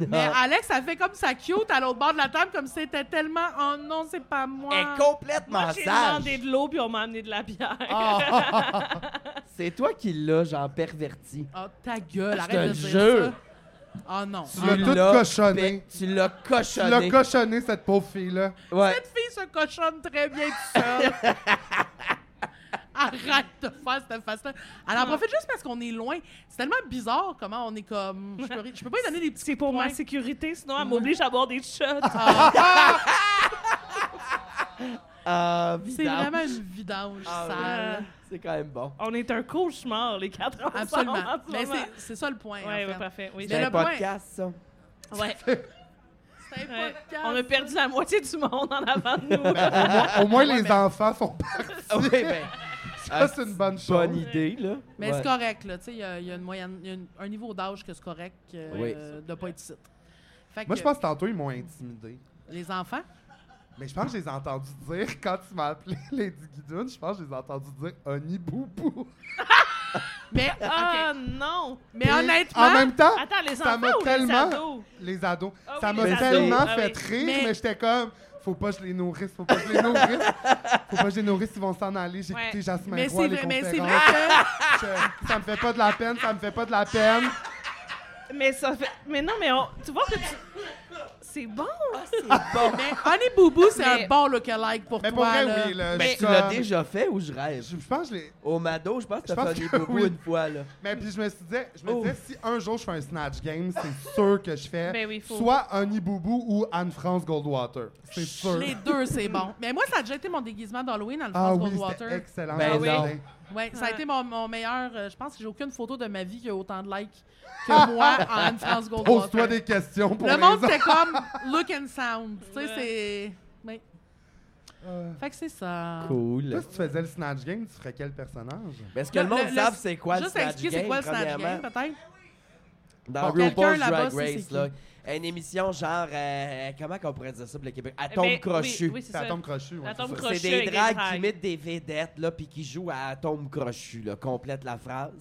Mais Alex, elle fait comme ça cute à l'autre bord de la table, comme si c'était tellement « Oh non, c'est pas moi Elle est ». complètement Moi, j'ai sage. demandé de l'eau, puis on m'a amené de la bière. C'est toi qui l'as, genre perverti. Oh, ta gueule, Je arrête te de dire jure. ça. Oh non. Tu Oh l'as non. tout cochonné. pe- Tu l'as Tu l'as cochonné. cochonné, cette pauvre fille-là. ouais. Ah, Cette fille se cochonne très bien tout seul. Arrête de faire cette face-là. Elle Ah. en profite juste parce qu'on est loin. C'est tellement bizarre comment on est comme... Je peux, ri- je peux pas lui donner des petits C'est pour points. ma sécurité, sinon elle m'oblige à boire des shots. Ah, C'est vidange. vraiment une vidange Ah, ouais. sale. C'est quand même bon. On est un cauchemar, les quatre ensemble. Absolument. en ce Mais moment. c'est- c'est ça le point, Ouais, en ouais, fait. parfait. Oui, Mais C'est le un point- podcast, ça. Ouais. C'est un Ouais. podcast. On a perdu la moitié du monde en avant de nous. Au moins, au moins, les enfants sont partis. oui, ben, Ça, c'est une bonne chose. bonne idée, là. Mais Ouais. c'est correct, là. Tu sais, il y, a- il y a une moyenne, il y a une- un niveau d'âge que c'est correct euh, Oui. euh, de pas être ici. Fait Moi, que, je pense que tantôt, ils m'ont intimidé. Les enfants? Mais je pense que je les ai entendus dire, quand tu m'as appelé Lady Guidoun, je pense que je les ai entendus dire Honey Boubou. Mais, Ah ok. non! mais honnêtement, En même temps, Attends, les Ça m'a enfants ou les tellement- ados? les ados, Ah ça oui, m'a les ados. tellement Ah fait oui. rire, Mais- mais, j'étais comme, faut pas que je les nourrisse, faut pas que je les nourrisse. faut pas que je les nourrisse, ils vont s'en aller. J'ai Ouais. écouté Jasmin mais Roy, c'est les vrai, mais c'est vrai conférences. que. Je- ça me fait pas de la peine, ça me fait pas de la peine. Mais ça fait. Mais non, mais on... tu vois que tu. C'est bon! Ah, Mais Honey Boo Boo, c'est Ah! Mais- un bon look-alike pour Mais pour toi. vrai, là. oui, là. Mais je tu l'as suis comme- déjà fait ou je rêve? Je je pense que je l'ai. Au Mado, je pense que Je t'as pense fait des que boubous oui. une fois, là. Mais puis je me suis dit, je me Oh. disais, si un jour je fais un snatch game, c'est sûr que je fais Ben oui, faut. soit Honey Boubou ou Anne-France Goldwater. C'est sûr. Les deux, c'est bon. Mais moi, ça a déjà été mon déguisement d'Halloween dans le Ah France oui, Goldwater. c'était excellent. Ben Ah non. oui. Ouais, ça a été mon, mon meilleur. euh, je pense que j'ai aucune photo de ma vie qui a autant de likes que moi en Anne-France Goldwater. Ah! Pose-toi des questions pour Le les monde autres. était comme look and sound. Tu sais, Ouais. c'est. Oui. Euh, Fait que c'est ça. Cool. Toi, si tu faisais le Snatch Game, tu ferais quel personnage? Mais est-ce que le, monde savent c'est quoi le Juste Snatch expliquer Game, c'est quoi le Snatch Game, premièrement? peut-être. Dans Quelqu'un RuPaul's là-bas, Drag c'est- c'est Race, qui? là. Une émission genre... euh, comment qu'on pourrait dire ça pour le Québec? À Ben, tombe oui, crochue. oui, c'est C'est ça. à tombe crochu. ouais, À c'est tombe ça. crochu. C'est des avec des drags qui drags. imitent des vedettes, là, puis qui jouent à tombe crochu, là. Complète la phrase.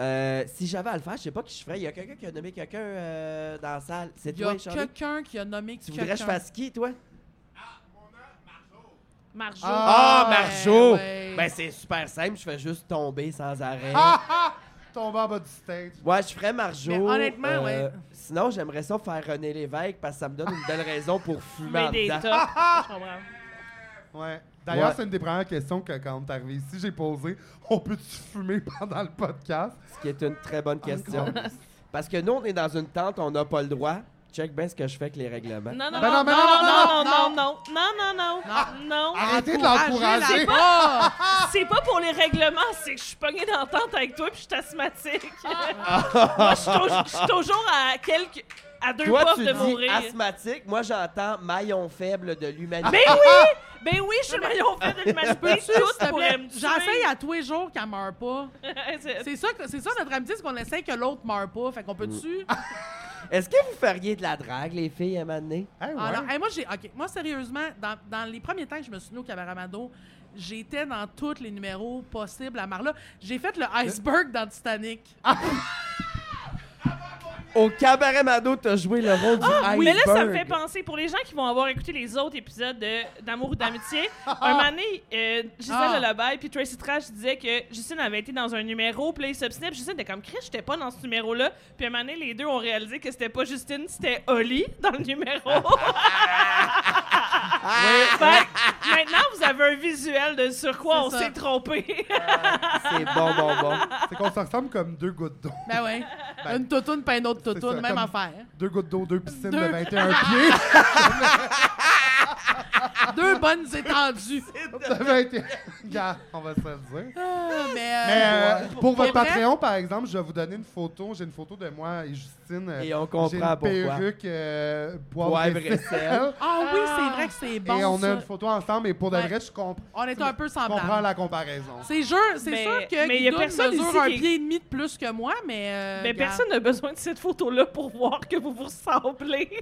Euh, si j'avais à le faire, je sais pas qui je ferais. Il y a quelqu'un qui a nommé quelqu'un euh, dans la salle. C'est Il y a toi, Charlie? quelqu'un qui a nommé Tu voudrais que je quelqu'un. fasse qui, toi? Marjo. Ah. Ah, ouais, Marjo! ouais. Ben, c'est super simple. Je fais juste tomber sans arrêt. Ah ah! Tomber en bas du stage. Ouais, je ferais Marjo. euh, Mais honnêtement, ouais. Sinon, j'aimerais ça faire René Lévesque parce que ça me donne une belle raison pour fumer Mais en des dedans. tops. Je comprends. Ouais. D'ailleurs, Ouais. c'est une des premières questions que quand t'es arrivé ici, j'ai posé On peut-tu fumer pendant le podcast? Ce qui est une très Oh, bonne question. Parce que nous, on est dans une tente, on n'a pas le droit. Check bien ce que je fais avec les règlements. Non, non, Ben non, non, non, ben non, Ah, non, non, non, non, non, non, non, Arrêtez de Encouragez l'encourager! là-bas! C'est pas pour les règlements, c'est que je suis pognée d'entente avec toi puis je suis asthmatique. Moi, je suis tou- je suis toujours à quelques... à deux Toi, pas tu de dis mourir. asthmatique. Moi, j'entends maillon faible de l'humanité. Ben oui! Ben oui, je suis le maillon fait de l'humanité. Peux-tu, s'il Tout te pourrait plaît? me tuer. J'essaye à tous les jours qu'elle meurt pas. C'est- C'est ça, que- c'est ça notre amitié, c'est qu'on essaie que l'autre meure pas. Mm. Fait qu'on peut-tu. Est-ce que vous feriez de la drague, les filles, à un moment donné? Eh, ouais. Alors, hey, moi, j'ai. OK. Moi, sérieusement, dans, dans les premiers temps que je me suis tenue au Cabaramado, j'étais dans tous les numéros possibles à Marla. J'ai fait le iceberg dans Titanic. Au cabaret Mado, t'as joué le rôle du iceberg. Ah, Mais là, ça me fait penser, pour les gens qui vont avoir écouté les autres épisodes de- d'Amour ou d'amitié, un moment donné, euh, Gisèle Ah. Lalabelle puis Tracy Trash disaient que Justine avait été dans un numéro, puis là, ils s'obstinaient, puis Justine était comme, Chris, j'étais pas dans ce numéro-là. Puis un moment donné, les deux ont réalisé que c'était pas Justine, c'était Oli dans le numéro. Fait que maintenant, vous avez un visuel de sur quoi C'est on ça. Euh, s'est trompé. C'est bon, bon, bon. C'est qu'on se ressemble comme deux gouttes d'eau. Ben ouais. une toutoune, pas une autre toutoune, ça, même comme- affaire. Deux gouttes d'eau, deux piscines Deux- de 21 pieds. hein. Deux bonnes étendues. de 21. Regarde, on va se le dire. Ah, mais. euh, Mais euh, pour votre Pour vrai? Patreon, par exemple, je vais vous donner une photo. J'ai une photo de moi et Justine. euh, Et on comprend J'ai pourquoi. une perruque euh, poivre Poivre et et sel. Ah oui, c'est vrai que c'est bon. et on ça. a une photo ensemble. Et pour de Ouais. vrai, je comprends. On est un peu comprends semblables. la comparaison. C'est sûr, c'est Mais- sûr que mais y a Guidoune personne mesure ici un qui- pied et demi de plus que moi, mais. euh, Mais regarde. personne n'a besoin de cette photo-là pour voir que vous vous ressemblez.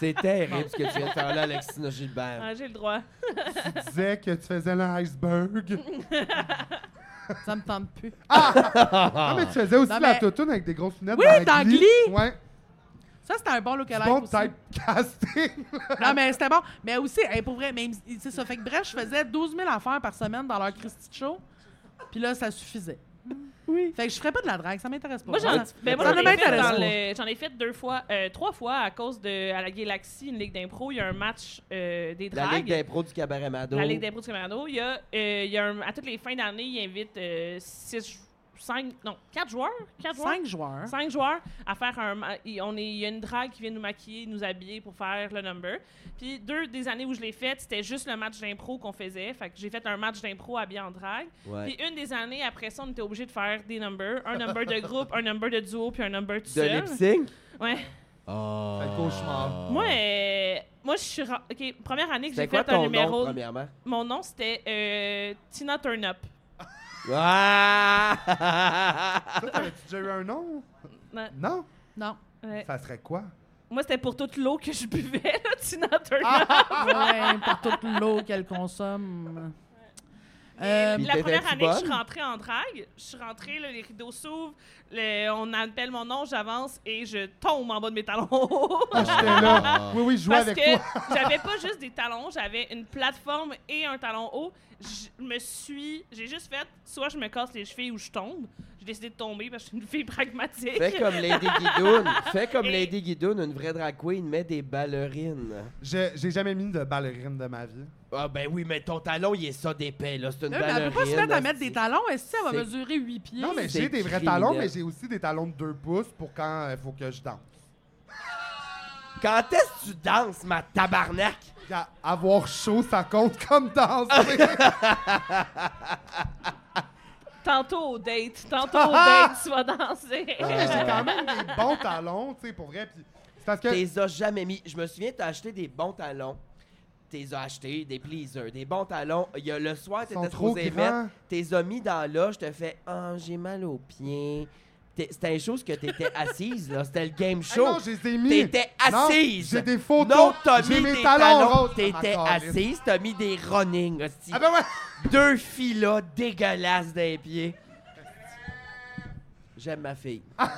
C'est terrible ce que tu viens de faire là, Alexina Gilbert. Ah, J'ai le droit. Tu disais que tu faisais l'iceberg. Ça me tente plus. Ah, mais tu faisais aussi Non, mais- la toutoune avec des grosses lunettes. Oui, dans Glee. Ouais. Ça, c'était un bon look Du bon aussi. type casting. Non, mais c'était bon. Mais aussi, hey, pour vrai, même, c'est ça. Fait que bref, je faisais 12 000 affaires par semaine dans leur Christie de Show. Puis là, ça suffisait. Oui. Fait que je ferais pas de la drague, ça m'intéresse pas. Moi, j'en Voilà. ben, moi, Ça j'en ne ai, fait m'intéresse dans pas. le- j'en ai fait deux fois, euh, trois fois à cause de à la Galaxie, une ligue d'impro. Il y a un match euh, des La Ligue dragues. d'impro du cabaret Mado. la Ligue d'impro de Camarado. Il y a, euh, il y a un- à toutes les fins d'année, ils invitent euh, six, jou- cinq, non, quatre joueurs, quatre joueurs, Cinq Hein? joueurs. cinq joueurs à faire un. ma- il- On est, il y a une drague qui vient nous maquiller, nous habiller pour faire le number. Puis deux des années où je l'ai faite, c'était juste le match d'impro qu'on faisait. Fait que j'ai fait un match d'impro habillé en drague. Ouais. Puis une des années après ça, on était obligé de faire des numbers, un number de groupe, un number de duo, puis un number tout De seul. lip sync? Ouais. Oh. Fait cauchemar. Moi, euh, moi, je suis. ra- Ok, première année que j'ai C'était quoi fait ton un numéro. nom, premièrement? Mon nom, c'était euh, Tina Turnup. Ah! Toi, t'avais-tu déjà eu un nom? Non, Non? Non. ouais. Ça serait quoi? Moi, c'était pour toute l'eau que je buvais, là, Tina Ah! Turnup. Ouais, pour toute l'eau qu'elle consomme. Euh, Puis la première t'étais-tu année, que je suis bonne? rentrée en drague. Je suis rentrée, là, les rideaux s'ouvrent, le- on appelle mon nom, j'avance et je tombe en bas de mes talons. Ah, j'étais là. Oui, oui, je jouais Parce avec que toi. j'avais pas juste des talons, j'avais une plateforme et un talon haut. Je me suis. J'ai juste fait soit je me casse les chevilles ou je tombe. J'ai décidé de tomber parce que je suis une fille pragmatique. Fais comme Lady Guidoune. Fais comme Et- Lady Guidoune, une vraie drag queen, mais des ballerines. J'ai j'ai jamais mis de ballerine de ma vie. Ah ben oui, mais ton talon, il est ça d'épais, là. C'est une Euh, mais ballerine. elle peut pas se mettre à mettre des hostie. talons. Est-ce qu'elle va C'est- mesurer huit pieds? Non, mais C'est j'ai des vrais criminel. euh, talons, mais j'ai aussi des talons de 2 pouces pour quand il faut que je danse. Quand est-ce que tu danses, ma tabarnak? Qu'à Avoir chaud, ça compte comme danser. Tantôt au date, tantôt au date, tu vas danser. Non, mais J'ai quand même des bons talons, tu sais, pour vrai. Puis c'est parce que. T'es as jamais mis. Je me souviens, t'as acheté des bons talons. T'es as acheté des pleasers, des bons talons. Il y a le soir, sont t'étais trop supposé grands. mettre. T'es as mis dans l'âge, je te fais Ah, j'ai mal aux pieds. T'es- C'était une chose que t'étais assise, là. C'était le game Ah show. non, je les ai mis. T'étais Non, assise. J'ai des photos. Non, t'as j'ai mis mes des talons, talons. roses. T'étais Ah, ma calisse. assise, t'as mis des running, hostie. Ah ben ouais. Deux filas dégueulasses des pieds. J'aime ma fille. Ah,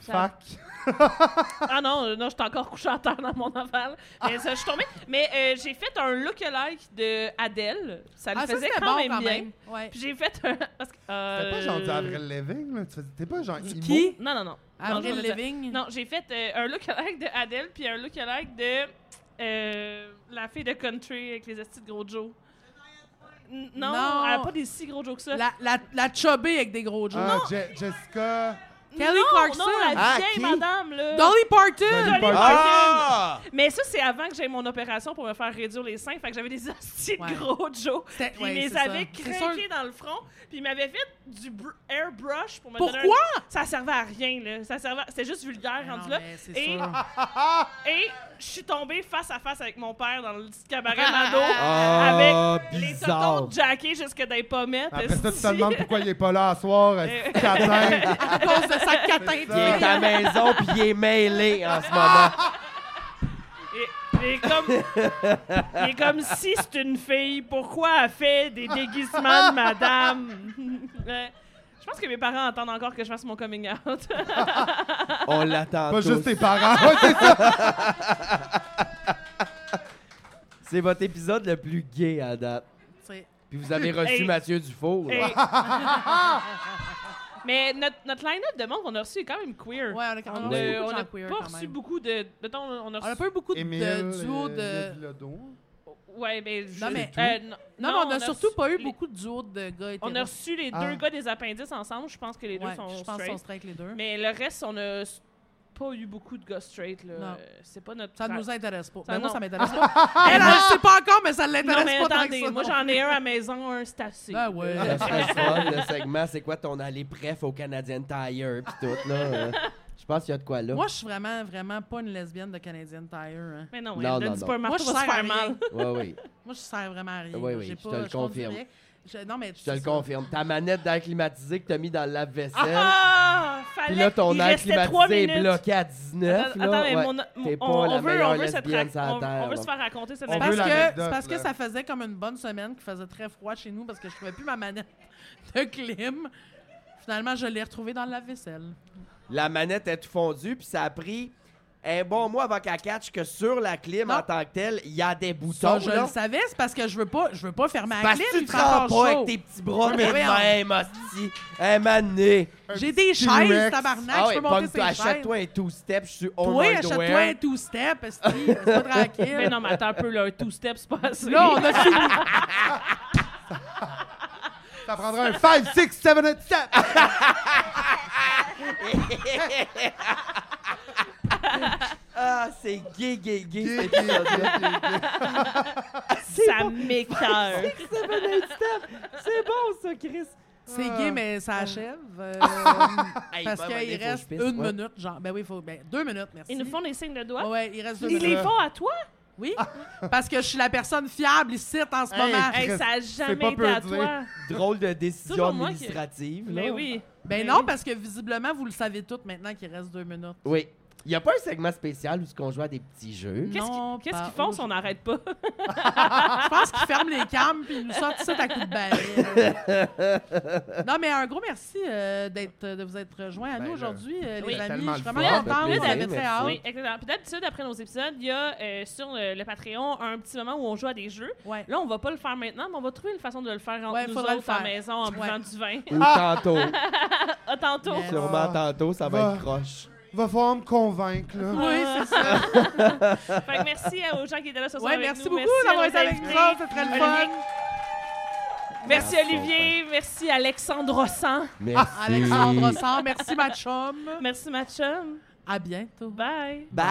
Ça- Fuck. Ah non, non, je suis encore couché à terre dans mon aval. Mais ça, je suis tombée. Mais euh, j'ai fait un look-alike de Adele. Ça le Ah, ça, faisait c'était quand, bon, même quand bien. même. Ouais. Puis j'ai fait un. Parce que, T'es pas euh, genre du Avril Lavigne, là. Tu fais- T'es pas genre emo. Qui? Non, non, non. Non, je Avril veux dire- Lavigne. Non, j'ai fait euh, un look-alike de Adele puis un look-alike de euh, la fille de country avec les astis de gros Joe. N- Non, Non. elle a pas des si gros Joe que ça. La, la, la chubby avec des gros jeux. Ah, Je- Jessica. Kelly non, Clarkson. Non, la Ah, vieille qui? madame, là. Dolly Parton! Dolly Dolly Parton. Ah! Mais ça, c'est avant que j'aie mon opération pour me faire réduire les seins. Fait que j'avais des hosties de Ouais. gros Joe. C'était- Puis ouais, ils c'est les avaient ça. C'est craqués dans le front. Puis ils m'avaient fait du br- airbrush pour me donner Pourquoi? un- Ça servait à rien, là. Ça servait... C'était juste vulgaire, Non, rendu là. mais c'est Et, sûr. et je suis tombée face à face avec mon père dans le petit cabaret Mado. Ah, avec les bizarre. tontons jackés jusque dans les pommettes. Après ça, tu esti. te demandes pourquoi il est pas là à soir. euh, Catin. À cause de sa catin Il ben- est à la maison puis il est mêlé en ce moment. Il- il est comme, il est comme si c'est une fille, pourquoi elle fait des déguisements de madame? Ouais. Je pense que mes parents entendent encore que je fasse mon coming out. On l'attend Pas tous. juste tes parents. Ouais, c'est ça. C'est votre épisode le plus gay à date. C'est- Puis vous avez reçu Hey. Mathieu Dufour. là. Et- Mais notre, notre line-up de monde qu'on a reçu est quand même Ouais, queer. on a, on a On reçu n'a beaucoup de gens pas queer, quand reçu même. beaucoup de... mettons, on a On a reçu... pas eu beaucoup de, Émile, de duos euh, de... Leblodon. Ouais, mais... je- Non, mais- euh, non, Non, mais on a surtout reçu pas eu les- beaucoup de duos de gars hétéros. On a reçu les Ah. deux gars des appendices ensemble. Je pense que les deux Ouais, sont je pense qu'ils straight. sont straight les deux. Mais le reste, on a s- pas eu beaucoup de gars straight. Là. Non. Euh, C'est pas notre... Ça ne nous intéresse pas. Ça, Mais moi, non. ça m'intéresse pas. Elle, elle ne sait pas encore, mais ça ne Non, mais l'intéresse pas tant que attendez, ça. moi non. j'en ai un à maison, un c'est assez. Ben ouais. Ça serait le fun, le segment. C'est quoi ton aller bref au Canadian Tire puis tout, là? euh, Je pense qu'il y a de quoi, là. Moi, je suis vraiment, vraiment pas une lesbienne de Canadian Tire. hein. Mais non, Non, elle non, donne non. du pas, Moi, je Martha va sers se à faire mal. rien. Oui, oui. Moi, je sers vraiment à rien. Oui, là. oui, J'ai je pas- te le conduis confirme. rien. Je- Non, mais Je te le confirme. Ta manette d'air climatisé que t'as mis dans le lave-vaisselle. Ah! Fallait Puis là, ton il air restait trois climatisé est minutes. bloqué à Attends, 19. là. attends, mais Ouais. mon- T'es on, pas la on veut, on meilleure veut, cette lesbienne rac- sur la on- terre, on veut là. se faire raconter cette On C'est parce, veut la- anecdote. l'anecdote, que, c'est parce que là. ça faisait comme une bonne semaine qu'il faisait très froid chez nous parce que je trouvais plus ma manette de clim. Finalement, je l'ai retrouvée dans la vaisselle. La manette est tout fondue, puis ça a pris un bon mois avant qu'elle catch que sur la clim Non. en tant que telle, il y a des boutons. Ça, je là. le savais, c'est parce que je veux pas, je veux pas fermer la Parce clim. que tu il te fait rends encore pas chaud. avec tes petits bras, mais Mais voyons. même, hostie. Hey, mané. J'ai des petit chaises, Rex. tabarnak, Ah je ouais, peux monter ces pogne-toi, chaises. achète-toi un two-step, je suis on Toi, my achète-toi way. un two-step, esti, c'est pas tranquille. Mais non, mais attends un peu, là, un two-step, c'est pas assez. Là, on a fini. Ça prendra un 5, 6, 7, 8, 7. Ah, c'est gay, gay, gay. cet Gay, épisode. ça m'écoeure. C'est bon, ça, Chris. C'est gay, mais ça achève. euh, Hey, parce ben, ben, faut qu'il que je reste pisse, une ouais. minute, genre. Ben oui, faut, ben, deux minutes, merci. Ils nous font des signes de doigts. Ouais, il reste deux Ils minutes. les font à toi? Oui, parce que je suis la personne fiable ici en ce Hey, moment. Ben hey. Hey, ça a pas jamais été peu à dire. toi. Drôle de décision Toujours moi qui- administrative. Mais là. oui. Ben non, parce que visiblement, vous le savez toutes maintenant qu'il reste deux minutes. Oui. Il n'y a pas un segment spécial où on joue à des petits jeux. Qu'est-ce Non, qu'ils- qu'est-ce pas qu'ils font si on n'arrête pas? Je pense qu'ils ferment les cams puis ils nous sortent ça à coups de balai. non, mais un gros merci euh, d'être, de vous être rejoints à Ben nous là, aujourd'hui, euh, oui. les amis. Tellement Je suis le vraiment fun. contente, Plaisir, j'avais très merci. hâte. Ah Oui, exactement. Puis d'habitude, après nos épisodes, il y a euh, sur le, le Patreon un petit moment où on joue à des jeux. Ouais. Là, on va pas le faire maintenant, mais on va trouver une façon de le faire entre Ouais, nous faudra le autres à la faire. maison en Ouais. buvant du vin. Ou tantôt. À tantôt. Yes. Sûrement tantôt, ça va Ah! Va. être croche. Va falloir me convaincre, là. Oui, c'est Ah, ça. Fait que merci à- aux gens qui étaient là ce soir Ouais, avec merci nous. beaucoup à d'avoir nos été avec nous invités. autres, c'était très le fun. Merci Merci, Olivier, merci Alexandre Rossan, Merci. Alexandre Sand, merci ma chum. merci Matchum. À bientôt. Bye! Bye!